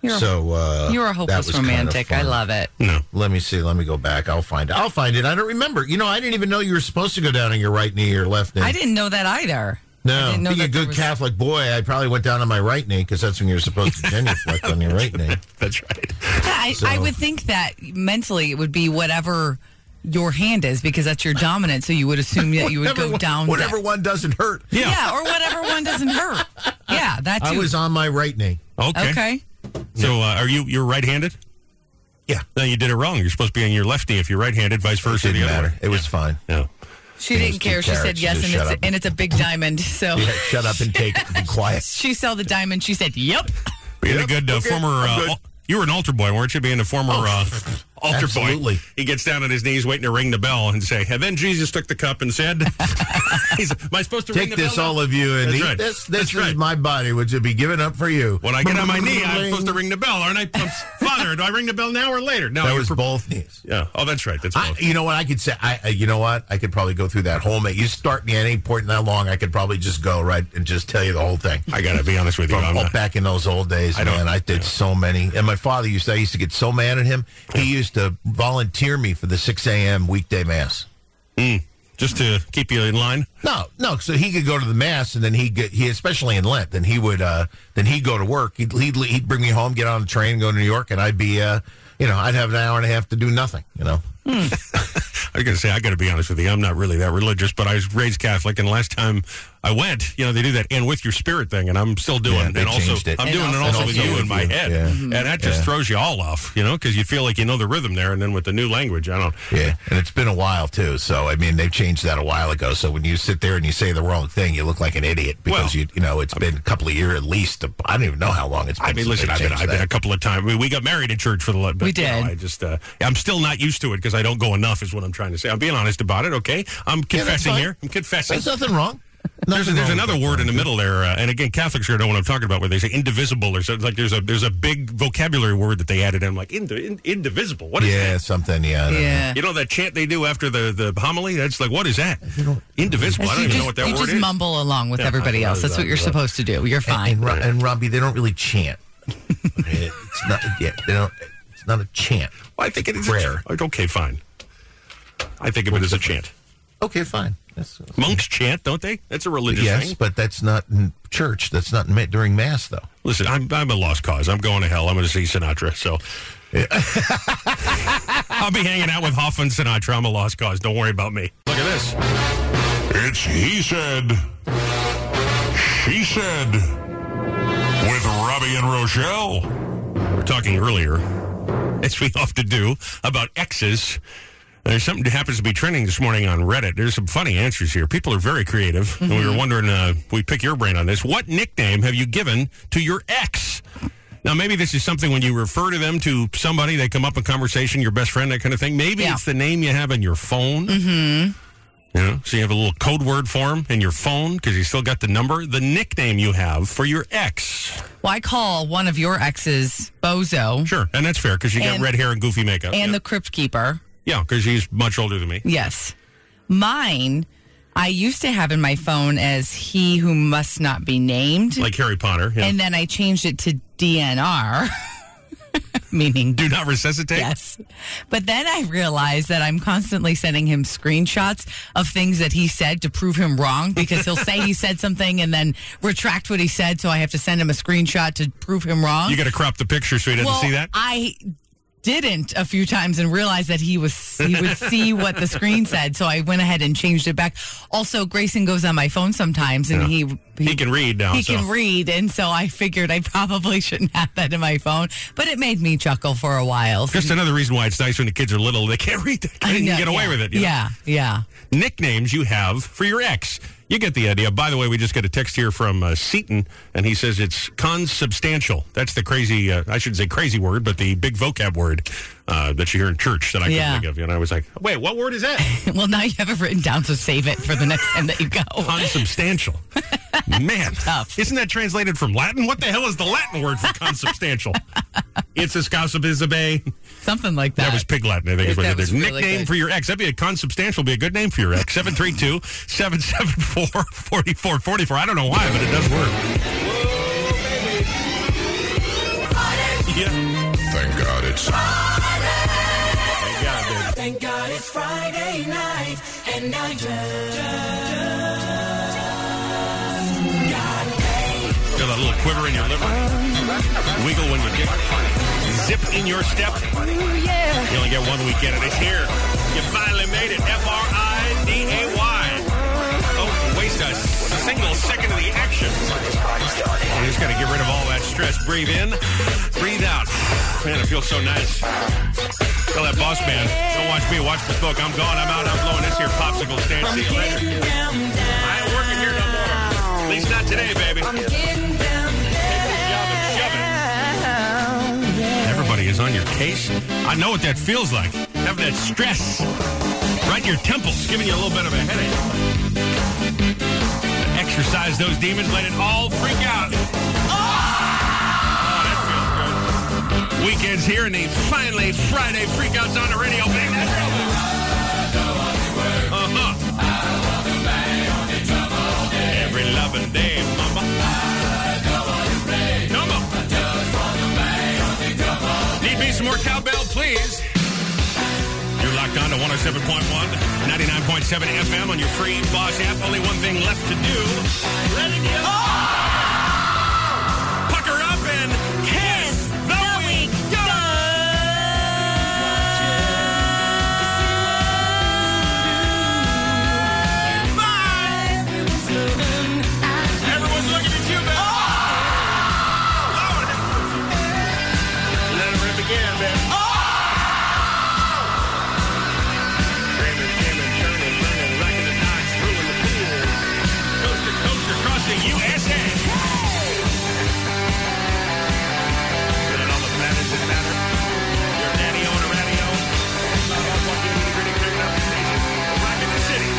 B: You're a-
D: Uh, So uh,
B: you're a
D: that
B: hopeless
D: was kind of
B: romantic.
D: fun.
B: I love it.
A: No.
D: Let me see. Let me go back. I'll find it. I'll find it. I don't remember. You know, I didn't even know you were supposed to go down on your right knee or left knee.
B: I didn't know that either.
D: No,
B: I didn't know
D: being a
B: that there
D: good
B: was-
D: Catholic boy, I probably went down on my right knee because that's when you're supposed to genuflect on your right knee.
A: That's right.
B: Yeah, I, I would think that mentally it would be whatever your hand is because that's your dominant. So you would assume that you would
D: Whatever
B: go
D: one-
B: down.
D: Whatever
B: that-
D: one doesn't hurt.
B: Yeah. or whatever one doesn't hurt. Yeah, that
D: I
B: too.
D: was on my right knee.
A: Okay.
B: okay.
A: So uh, are you you're right-handed?
D: Yeah.
A: No, you did it wrong. You're supposed to be on your left knee if you're right-handed, vice versa
D: Didn't
A: the other
D: matter.
A: way.
D: It was fine.
A: No.
B: She
D: Those
B: didn't
D: two
B: care. She said
D: carrots,
B: yes,
D: just
B: and
D: shut
B: it's
D: up.
B: and it's a big diamond. So
D: Yeah, shut up and take it. Be quiet.
B: she saw the diamond. She said, "Yep."
A: Being a good uh, former, uh, al- you were an altar boy, weren't you? Being a former uh, altar
D: Oh. Absolutely.
A: boy, he gets down on his knees, waiting to ring the bell, and say, "And then Jesus took the cup and said, he's, "Am I supposed to ring
D: Take
A: the
D: this,
A: bell?" now?"
D: all of you, and
A: That's
D: eat
A: right.
D: this. This
A: That's
D: is
A: right.
D: my body, which will be given up for you.
A: When I get on my knee, I'm supposed to ring the bell, aren't I, Um, Father? Do I ring the bell now or later? No,
D: That
A: you're
D: was
A: pro-
D: both knees.
A: yeah. Oh, that's right. That's
D: I,
A: both.
D: you know what I could say? I, I you know what I could probably go through that whole. ma- You start me at any point in that long, I could probably just go right and just tell you the whole thing.
A: I gotta be honest with you. I'm
D: Well,
A: not-
D: back in those old days,
A: I don't-
D: man, I did
A: yeah.
D: so many. And my father used to, I used to get so mad at him. He used to volunteer me for the 6 a.m. weekday mass.
A: just to keep you in line.
D: No, no. So he could go to the mass, and then he get he, especially in Lent, then he would uh then he'd go to work. He'd he'd, he'd bring me home, get on the train, go to New York, and I'd be uh you know I'd have an hour and a half to do nothing. You know,
A: I gotta say, I gotta be honest with you. I'm not really that religious, but I was raised Catholic, and last time I went, you know, they do that and with your spirit thing, and I'm still doing.
D: Yeah,
A: and
D: they
A: also,
D: changed it.
A: I'm
D: And
A: doing it
B: also
A: also
B: with
A: with
B: you.
A: you in my
D: Yeah.
A: head, and that just throws you all off, you know, because you feel like you know the rhythm there, and then with the new language, I don't.
D: yeah. And it's been a while too. So I mean, they've changed that a while ago. So when you sit there and you say the wrong thing, you look like an idiot because
A: Well,
D: you you know it's been a couple of years at least. I don't even know how long it's been.
A: I mean,
D: since
A: listen,
D: they
A: I've been,
D: changed
A: I've been
D: that.
A: a couple of times. We, we got married at church for the. But,
B: We
A: you know,
B: did.
A: I just, uh, I'm still not used to it because I don't go enough. Is what I'm trying to say. I'm being honest about it. Okay, I'm confessing
D: fine.
A: here. I'm confessing.
D: There's nothing wrong.
A: There's,
D: Nothing
A: there's
D: wrong
A: another
D: with that.
A: word in the middle there, uh, and again, Catholics here know what I'm talking about, where they say indivisible or something. Like there's a there's a big vocabulary word that they added. And I'm like, Ind- in, indivisible. What is
D: Yeah, something. Yeah. I don't know.
B: Yeah.
A: that? You know that chant they do after the the homily? That's like, what is that? Indivisible. I don't
B: you
A: even
B: just,
A: know what
B: you
A: that word
B: just
A: is.
B: mumble along with
A: Yeah,
B: everybody
A: I-
B: else. That's what you're supposed to do. You're
D: And,
B: fine.
D: Ro- and Robbie, they don't really chant. it's not. Yeah, they don't. It's not a chant.
A: Well, I think it is
D: Prayer.
A: A, like, okay, fine. I think of it as a chant.
D: Okay, fine. That's,
A: Monks chant, don't they? That's a religious
D: yes,
A: thing.
D: but that's not in church. That's not ma- during mass, though.
A: Listen, I'm I'm a lost cause. I'm going to hell. I'm going to see Sinatra. So. I'll be hanging out with Hoffa and Sinatra. I'm a lost cause. Don't worry about me. Look at this.
K: It's He Said, She Said, with Robbie and Rochelle.
A: We're talking earlier, as we often do, about exes. There's something that happens to be trending this morning on Reddit. There's some funny answers here. People are very creative. And we were wondering, uh, we pick your brain on this. What nickname have you given to your ex? Now, maybe this is something when you refer to them to somebody, they come up in conversation, your best friend, that kind of thing. Maybe
B: Yeah.
A: it's the name you have on your phone. Mm-hmm. You know, so you have a little code word for him in your phone because you still got the number. The nickname you have for your ex.
B: Well, I call one of your exes Bozo
A: Sure. And that's fair because you got
B: And-
A: red hair and goofy makeup.
B: and
A: Yeah.
B: the Crypt Keeper.
A: Yeah, because he's much older than me.
B: Yes. Mine, I used to have in my phone as he who must not be named.
A: Like Harry Potter. Yeah.
B: And then I changed it to DNR, meaning
A: Do not resuscitate.
B: Yes. But then I realized that I'm constantly sending him screenshots of things that he said to prove him wrong because he'll say he said something and then retract what he said. So I have to send him a screenshot to prove him wrong.
A: You got to crop the picture so he doesn't
B: well,
A: see that.
B: I didn't a few times and realized that he was he would see what the screen said so i went ahead and changed it back also grayson goes on my phone sometimes and he,
A: He can read now,
B: he
A: so.
B: can read and so i figured i probably shouldn't have that in my phone but it made me chuckle for a while so
A: Just another reason why it's nice when the kids are little; they can't read. They
B: I
A: can
B: know,
A: get away
B: yeah.
A: with it. you know?
B: yeah, yeah.
A: Nicknames you have for your ex. You get the idea. By the way, we just got a text here from uh, Seaton, and he says it's consubstantial. That's the crazy, uh, I shouldn't say crazy word, but the big vocab word uh, that you hear in church that I
B: Yeah.
A: couldn't think of. And I was like, wait, what word is that?
B: well, now you have it written down, so save it for the next time that you go.
A: consubstantial. Man, isn't that translated from Latin? What the hell is the Latin word for consubstantial? it's as gossip is obey.
B: Something like that.
A: That was pig Latin, I think is what
B: That
A: it
B: was
A: is.
B: really
A: Nickname
B: good.
A: for your ex. That'd be a consubstantial, be a good name for your ex. 732 774 4444. I don't know why, but it does work. Yeah.
L: Thank God it's.
A: Thank God, dude.
M: Thank God it's Friday night and I
A: Feel that little quiver in your liver. Wiggle when you get zip in your step. You only get one weekend, and it's here. You finally made it. F R I D A Y. Don't waste a single second of the action. You just got to get rid of all that stress. Breathe in, breathe out. Man, it feels so nice. Tell that boss man, don't watch me, watch the smoke. I'm gone, I'm out, I'm blowing this here popsicle stand. See you later. I ain't working here no more. At least not today, baby. Everybody is on your case. I know what that feels like. Having that stress right in your temples, giving you a little bit of a headache. Exercise those demons, let it all freak out. Oh, that feels good. Weekend's here, and the finally Friday freakouts on the radio. Bang that drum. Uh-huh. Every loving day, mama. Come on. Need me some more cowbell, please. You're locked on to 107.1, 99.7 FM on your free Boss app. Only one thing left to do. Let it go. Pucker up and kiss Oh! the week Everyone's looking at you, man. Let it rip again, man. Screaming, screaming, churning, burning, rocking the docks, ruling the pool. Coast to coast across the USA. Put it on the patterns that matter. Your daddy on a radio. I got one gig with a gritty cranking up the station. Rocking the city.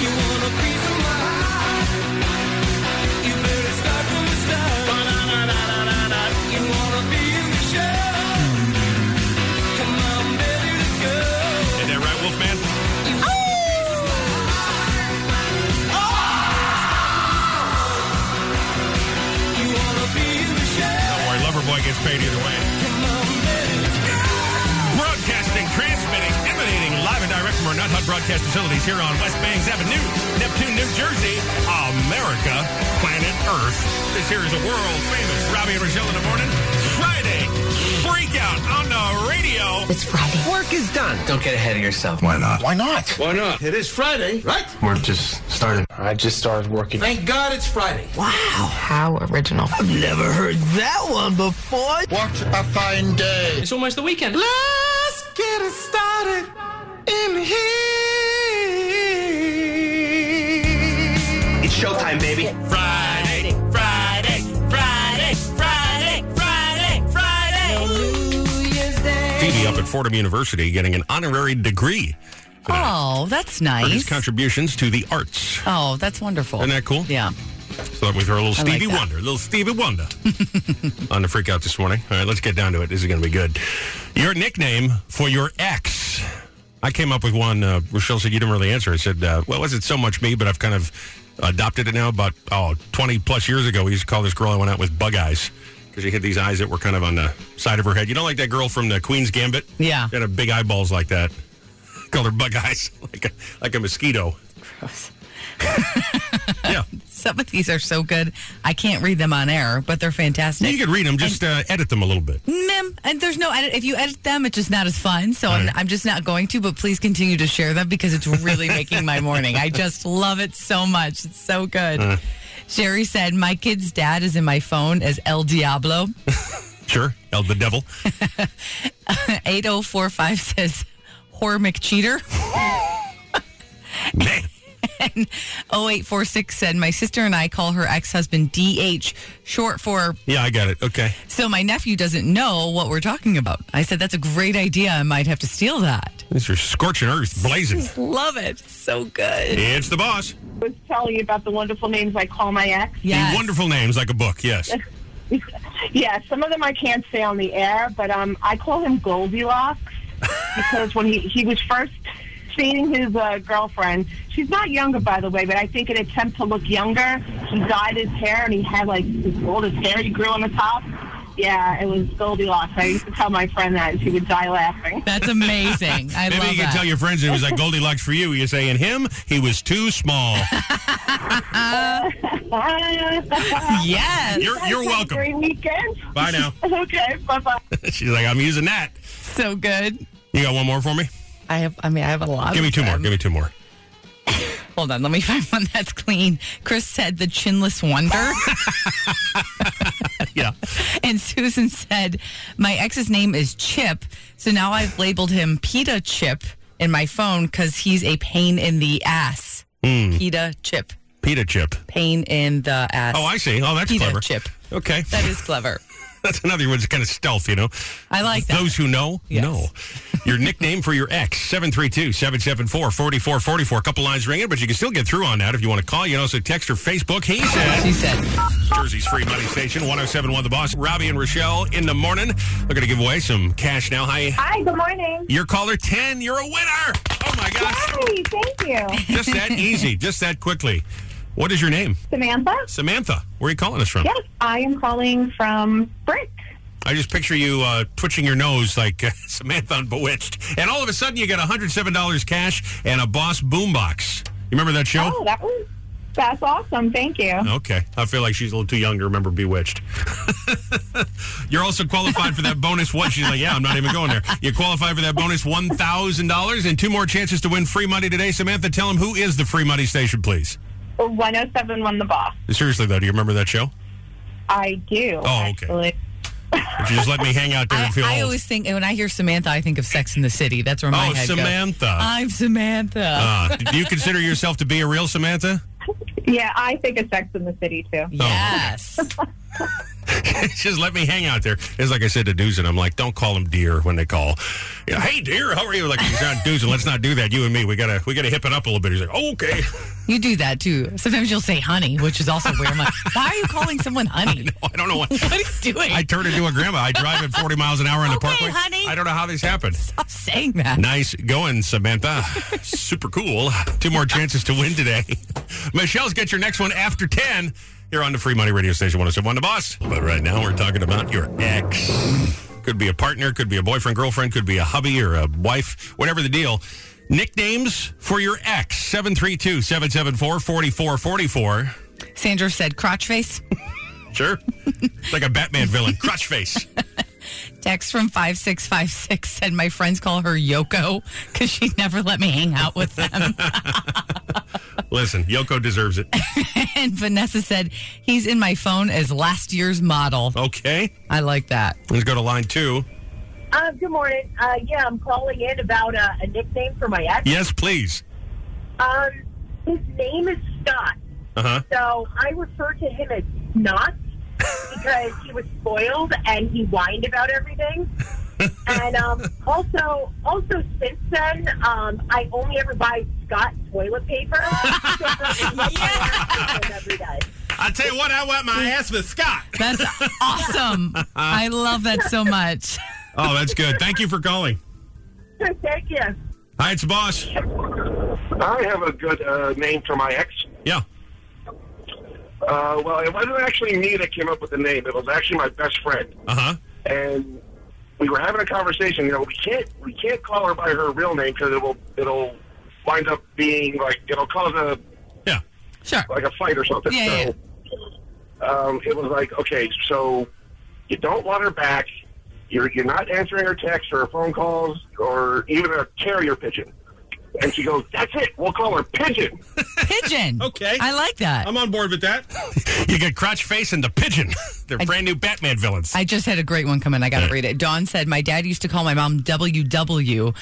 M: You want a piece of my heart? You better start from the start. Ba-da-da-da-da-da. You wanna be in the show? Come on, baby, let's go.
A: Is that right, Wolfman?
M: You wanna be in the show?
A: Don't worry, Loverboy gets paid either way. Broadcasting, transmitting, emanating live and direct from our Nut Hut broadcast facilities here on West Bangs Avenue, Neptune, New Jersey, America, planet Earth. This here is a world famous Robbie and Rochelle in the morning. Friday, freak out on the radio.
N: It's Friday.
F: Work is done.
O: Don't get ahead of yourself.
F: Why not? Why not?
O: Why not?
F: It is Friday, right?
O: Work just started. I just started working.
F: Thank God it's Friday.
O: Wow. How original. I've never heard that one before.
F: What a fine day.
O: It's almost the weekend.
M: Let's get it started in here.
O: It's showtime, baby.
A: Friday, Friday, Friday, Friday, Friday, Friday. Phoebe up at Fordham University getting an honorary degree
B: Oh, that's
A: for his
B: nice.
A: contributions to the arts.
B: Oh, that's wonderful.
A: Isn't that cool?
B: Yeah.
A: So that we throw a little
B: I like
A: Stevie
B: that.
A: Wonder, a little Stevie Wonder on the freak out this morning. All right, let's get down to it. This is going to be good. Your nickname for your ex. I came up with one. Uh, Rochelle said you didn't really answer. I said, uh, well, it wasn't so much me, but I've kind of adopted it now. About oh, 20 plus years ago, we used to call this girl I went out with bug eyes because she had these eyes that were kind of on the side of her head. You know, like that girl from the Queen's Gambit?
B: Yeah.
A: She had a big eyeballs like that. Called her bug eyes, like a, like a mosquito. yeah.
B: Some of these are so good. I can't read them on air, but they're fantastic.
A: You could read them, just uh, edit them a little bit.
B: Mem, and there's no edit. If you edit them, it's just not as fun. So I'm, I'm just not going to. But please continue to share them because it's really making my morning. I just love it so much. It's so good.
A: Uh.
B: Sherry said, "My kid's dad is in my phone as El Diablo."
A: Sure. El the devil.
B: 8045 says, Whore McCheater.
A: Man.
B: And 0846 said, My sister and I call her ex husband DH, short for
A: Yeah, I got it. Okay.
B: so my nephew doesn't know what we're talking about. I said, That's a great idea. I might have to steal that.
A: These are scorching earth, blazing.
B: Just love it. So good.
A: It's the boss.
M: was telling you about the wonderful names I call my ex.
A: The wonderful names like a book, yes.
M: yeah, some of them I can't say on the air, but um, I call him Goldilocks because when he, he was first seeing his uh, girlfriend, she's not younger, by the way, but I think in attempt to look younger, he dyed his hair and he had like his, all his hair he grew on the top. Yeah, it was Goldilocks. I used to tell my friend that, and she would die laughing.
B: That's amazing. I
A: Maybe you can tell your friends it was like Goldilocks for you. You're saying him, he was too small.
B: yes.
A: You're- you're welcome.
M: Great weekend.
A: Bye now.
M: okay. Bye bye.
A: She's like, I'm using that.
B: So good.
A: You got one more for me?
B: I have, I mean, I have a lot.
A: Give me
B: of
A: two more.
B: them.
A: Give me two more.
B: Hold on, let me find one that's clean. Chris said the chinless wonder.
A: yeah.
B: And Susan said, my ex's name is Chip. So now I've labeled him PETA Chip in my phone because he's a pain in the ass.
A: Mm.
B: PETA Chip.
A: Pita chip.
B: Pain in the ass.
A: Oh, I see. Oh, that's
B: PETA
A: clever.
B: Chip.
A: Okay.
B: That is clever.
A: That's another one that's kind of stealth, you know?
B: I like that.
A: Those who know, know. Your nickname for your ex, 732-774-4444. A couple lines ringing, but you can still get through on that if you want to call. You can also text or Facebook. He said.
B: She said.
A: Jersey's free money station, 1071 The Boss. Robbie and Rochelle in the morning. They're going to give away some cash now. Hi.
P: Hi, good morning.
A: You're caller 10. You're a winner. Oh, my gosh.
P: Hi, thank you.
A: Just that easy. Just that quickly. What is your name?
P: Samantha?
A: Samantha. Where are you calling us from?
P: Yes, I am calling from Brick.
A: I just picture you uh, twitching your nose like uh, Samantha on Bewitched, and all of a sudden you got $107 cash and a Boss boombox. You remember that show?
P: Oh, that was that's awesome. Thank you.
A: Okay, I feel like she's a little too young to remember Bewitched. You're also qualified for that bonus one. She's like, yeah, I'm not even going there. You qualify for that bonus one thousand dollars and two more chances to win free money today. Samantha, tell them who is the free money station, please.
P: 1071 The Boss.
A: Seriously though, do you remember that show?
P: I do.
A: Oh,
P: okay.
A: Would you just let me hang out there
B: I,
A: and feel
B: I
A: old?
B: always think, when I hear Samantha, I think of Sex in the City. That's where my
A: Oh,
B: head
A: Samantha.
B: goes. I'm Samantha.
A: Uh, do you consider yourself to be a real Samantha?
P: Yeah, I think of Sex in the City too.
A: oh.
B: Yes.
A: just let me hang out there. It's like I said to Duzin, I'm like, don't call him dear when they call. You know, hey dear, how are you? Like, he's not Duzin. Let's not do that. You and me, we gotta we gotta hip it up a little bit. He's like, oh, okay.
B: you do that too. Sometimes you'll say honey, which is also weird. I'm like, why are you calling someone honey?
A: I don't know what.
B: what are you doing?
A: I turn into a grandma. I drive at 40 miles an hour in the
B: Okay,
A: parkway.
B: honey.
A: I don't know how this happened.
B: Stop saying that.
A: Nice going, Samantha. Super cool. Two more chances to win today. Michelle's got your next one after 10 here on the Free Money Radio Station 1071 The Boss. But right now we're talking about your ex. Could be a partner, could be a boyfriend, girlfriend, could be a hubby or a wife, whatever the deal. Nicknames for your ex 732 774 4444.
B: Sandra said crotch face.
A: Sure. It's like a Batman villain. Crutch face.
B: Text from 5656 said my friends call her Yoko because she never let me hang out with them.
A: Listen, Yoko deserves it.
B: and Vanessa said he's in my phone as last year's model.
A: Okay.
B: I like that.
A: Let's go to line two.
Q: Uh, good morning. Uh, yeah, I'm calling in about uh, a nickname for my ex.
A: Yes, please.
Q: Um, his name is Scott,
A: Uh huh.
Q: so I refer to him as Snot because he was spoiled and he whined about everything. and um, also, also since then, um, I only ever buy Scott toilet paper. So I have to use it every day.
A: I tell you what, I want my ass with Scott.
B: That's awesome. I love that so much.
A: Oh, that's good. Thank you for calling.
Q: Thank you.
A: Hi, it's the boss.
R: I have a good uh, name for my ex.
A: Yeah.
R: Uh, well, it wasn't actually me that came up with the name. It was actually my best friend,
A: Uh huh.
R: and we were having a conversation. You know, we can't we can't call her by her real name because it will it'll wind up being like it'll cause a
A: yeah
B: sure
R: like a fight or something.
B: Yeah,
R: so Um, it was like okay, so you don't want her back. You're you're not answering her texts or her phone calls or even a carrier pigeon.
M: And she goes, that's it. We'll call her Pigeon.
B: Pigeon.
A: okay. Um,
B: I like that.
S: I'm on board with that.
A: you got Crotch Face and the Pigeon. They're brand new Batman villains.
B: I just had a great one coming. I got
A: Yeah.
B: to read it. Dawn said, My dad used to call my mom WW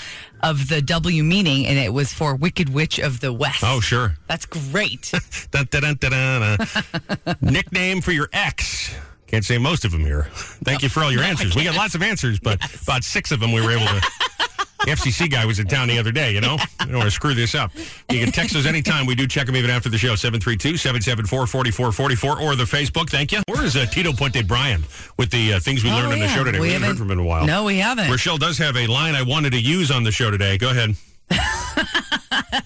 B: of the W meaning, and it was for Wicked Witch of the West.
A: oh, sure.
B: That's great.
A: Dun, dun, dun, dun, dun. Nickname for your ex. Can't say most of them here. Thank you for all your answers. We got lots of answers, but about six of them we were able to. The FCC guy was in town the other day, you know? I don't want to screw this up. You can text us anytime. We do check them even after the show, 732 774 4444 or the Facebook. Thank you. Where is uh, Tito Puente Bryan with the uh, things we
B: Oh,
A: learned on the
B: yeah.
A: show today?
B: We
A: We, haven't heard
B: haven't-
A: from him in a while.
B: No, we haven't.
A: Rochelle does have a line I wanted to use on the show today. Go ahead.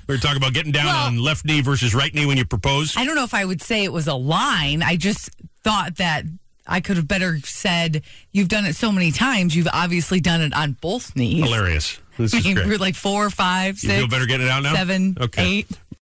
A: we were talking about getting down on left knee versus right knee when you propose.
B: I don't know if I would say it was a line. I just thought that I could have better said, You've done it so many times. You've obviously done it on both knees.
A: Hilarious. This is
B: I mean,
A: great.
B: we're like four, five,
A: You feel
B: six,
A: better getting it out now?
B: seven,
A: okay.
B: eight.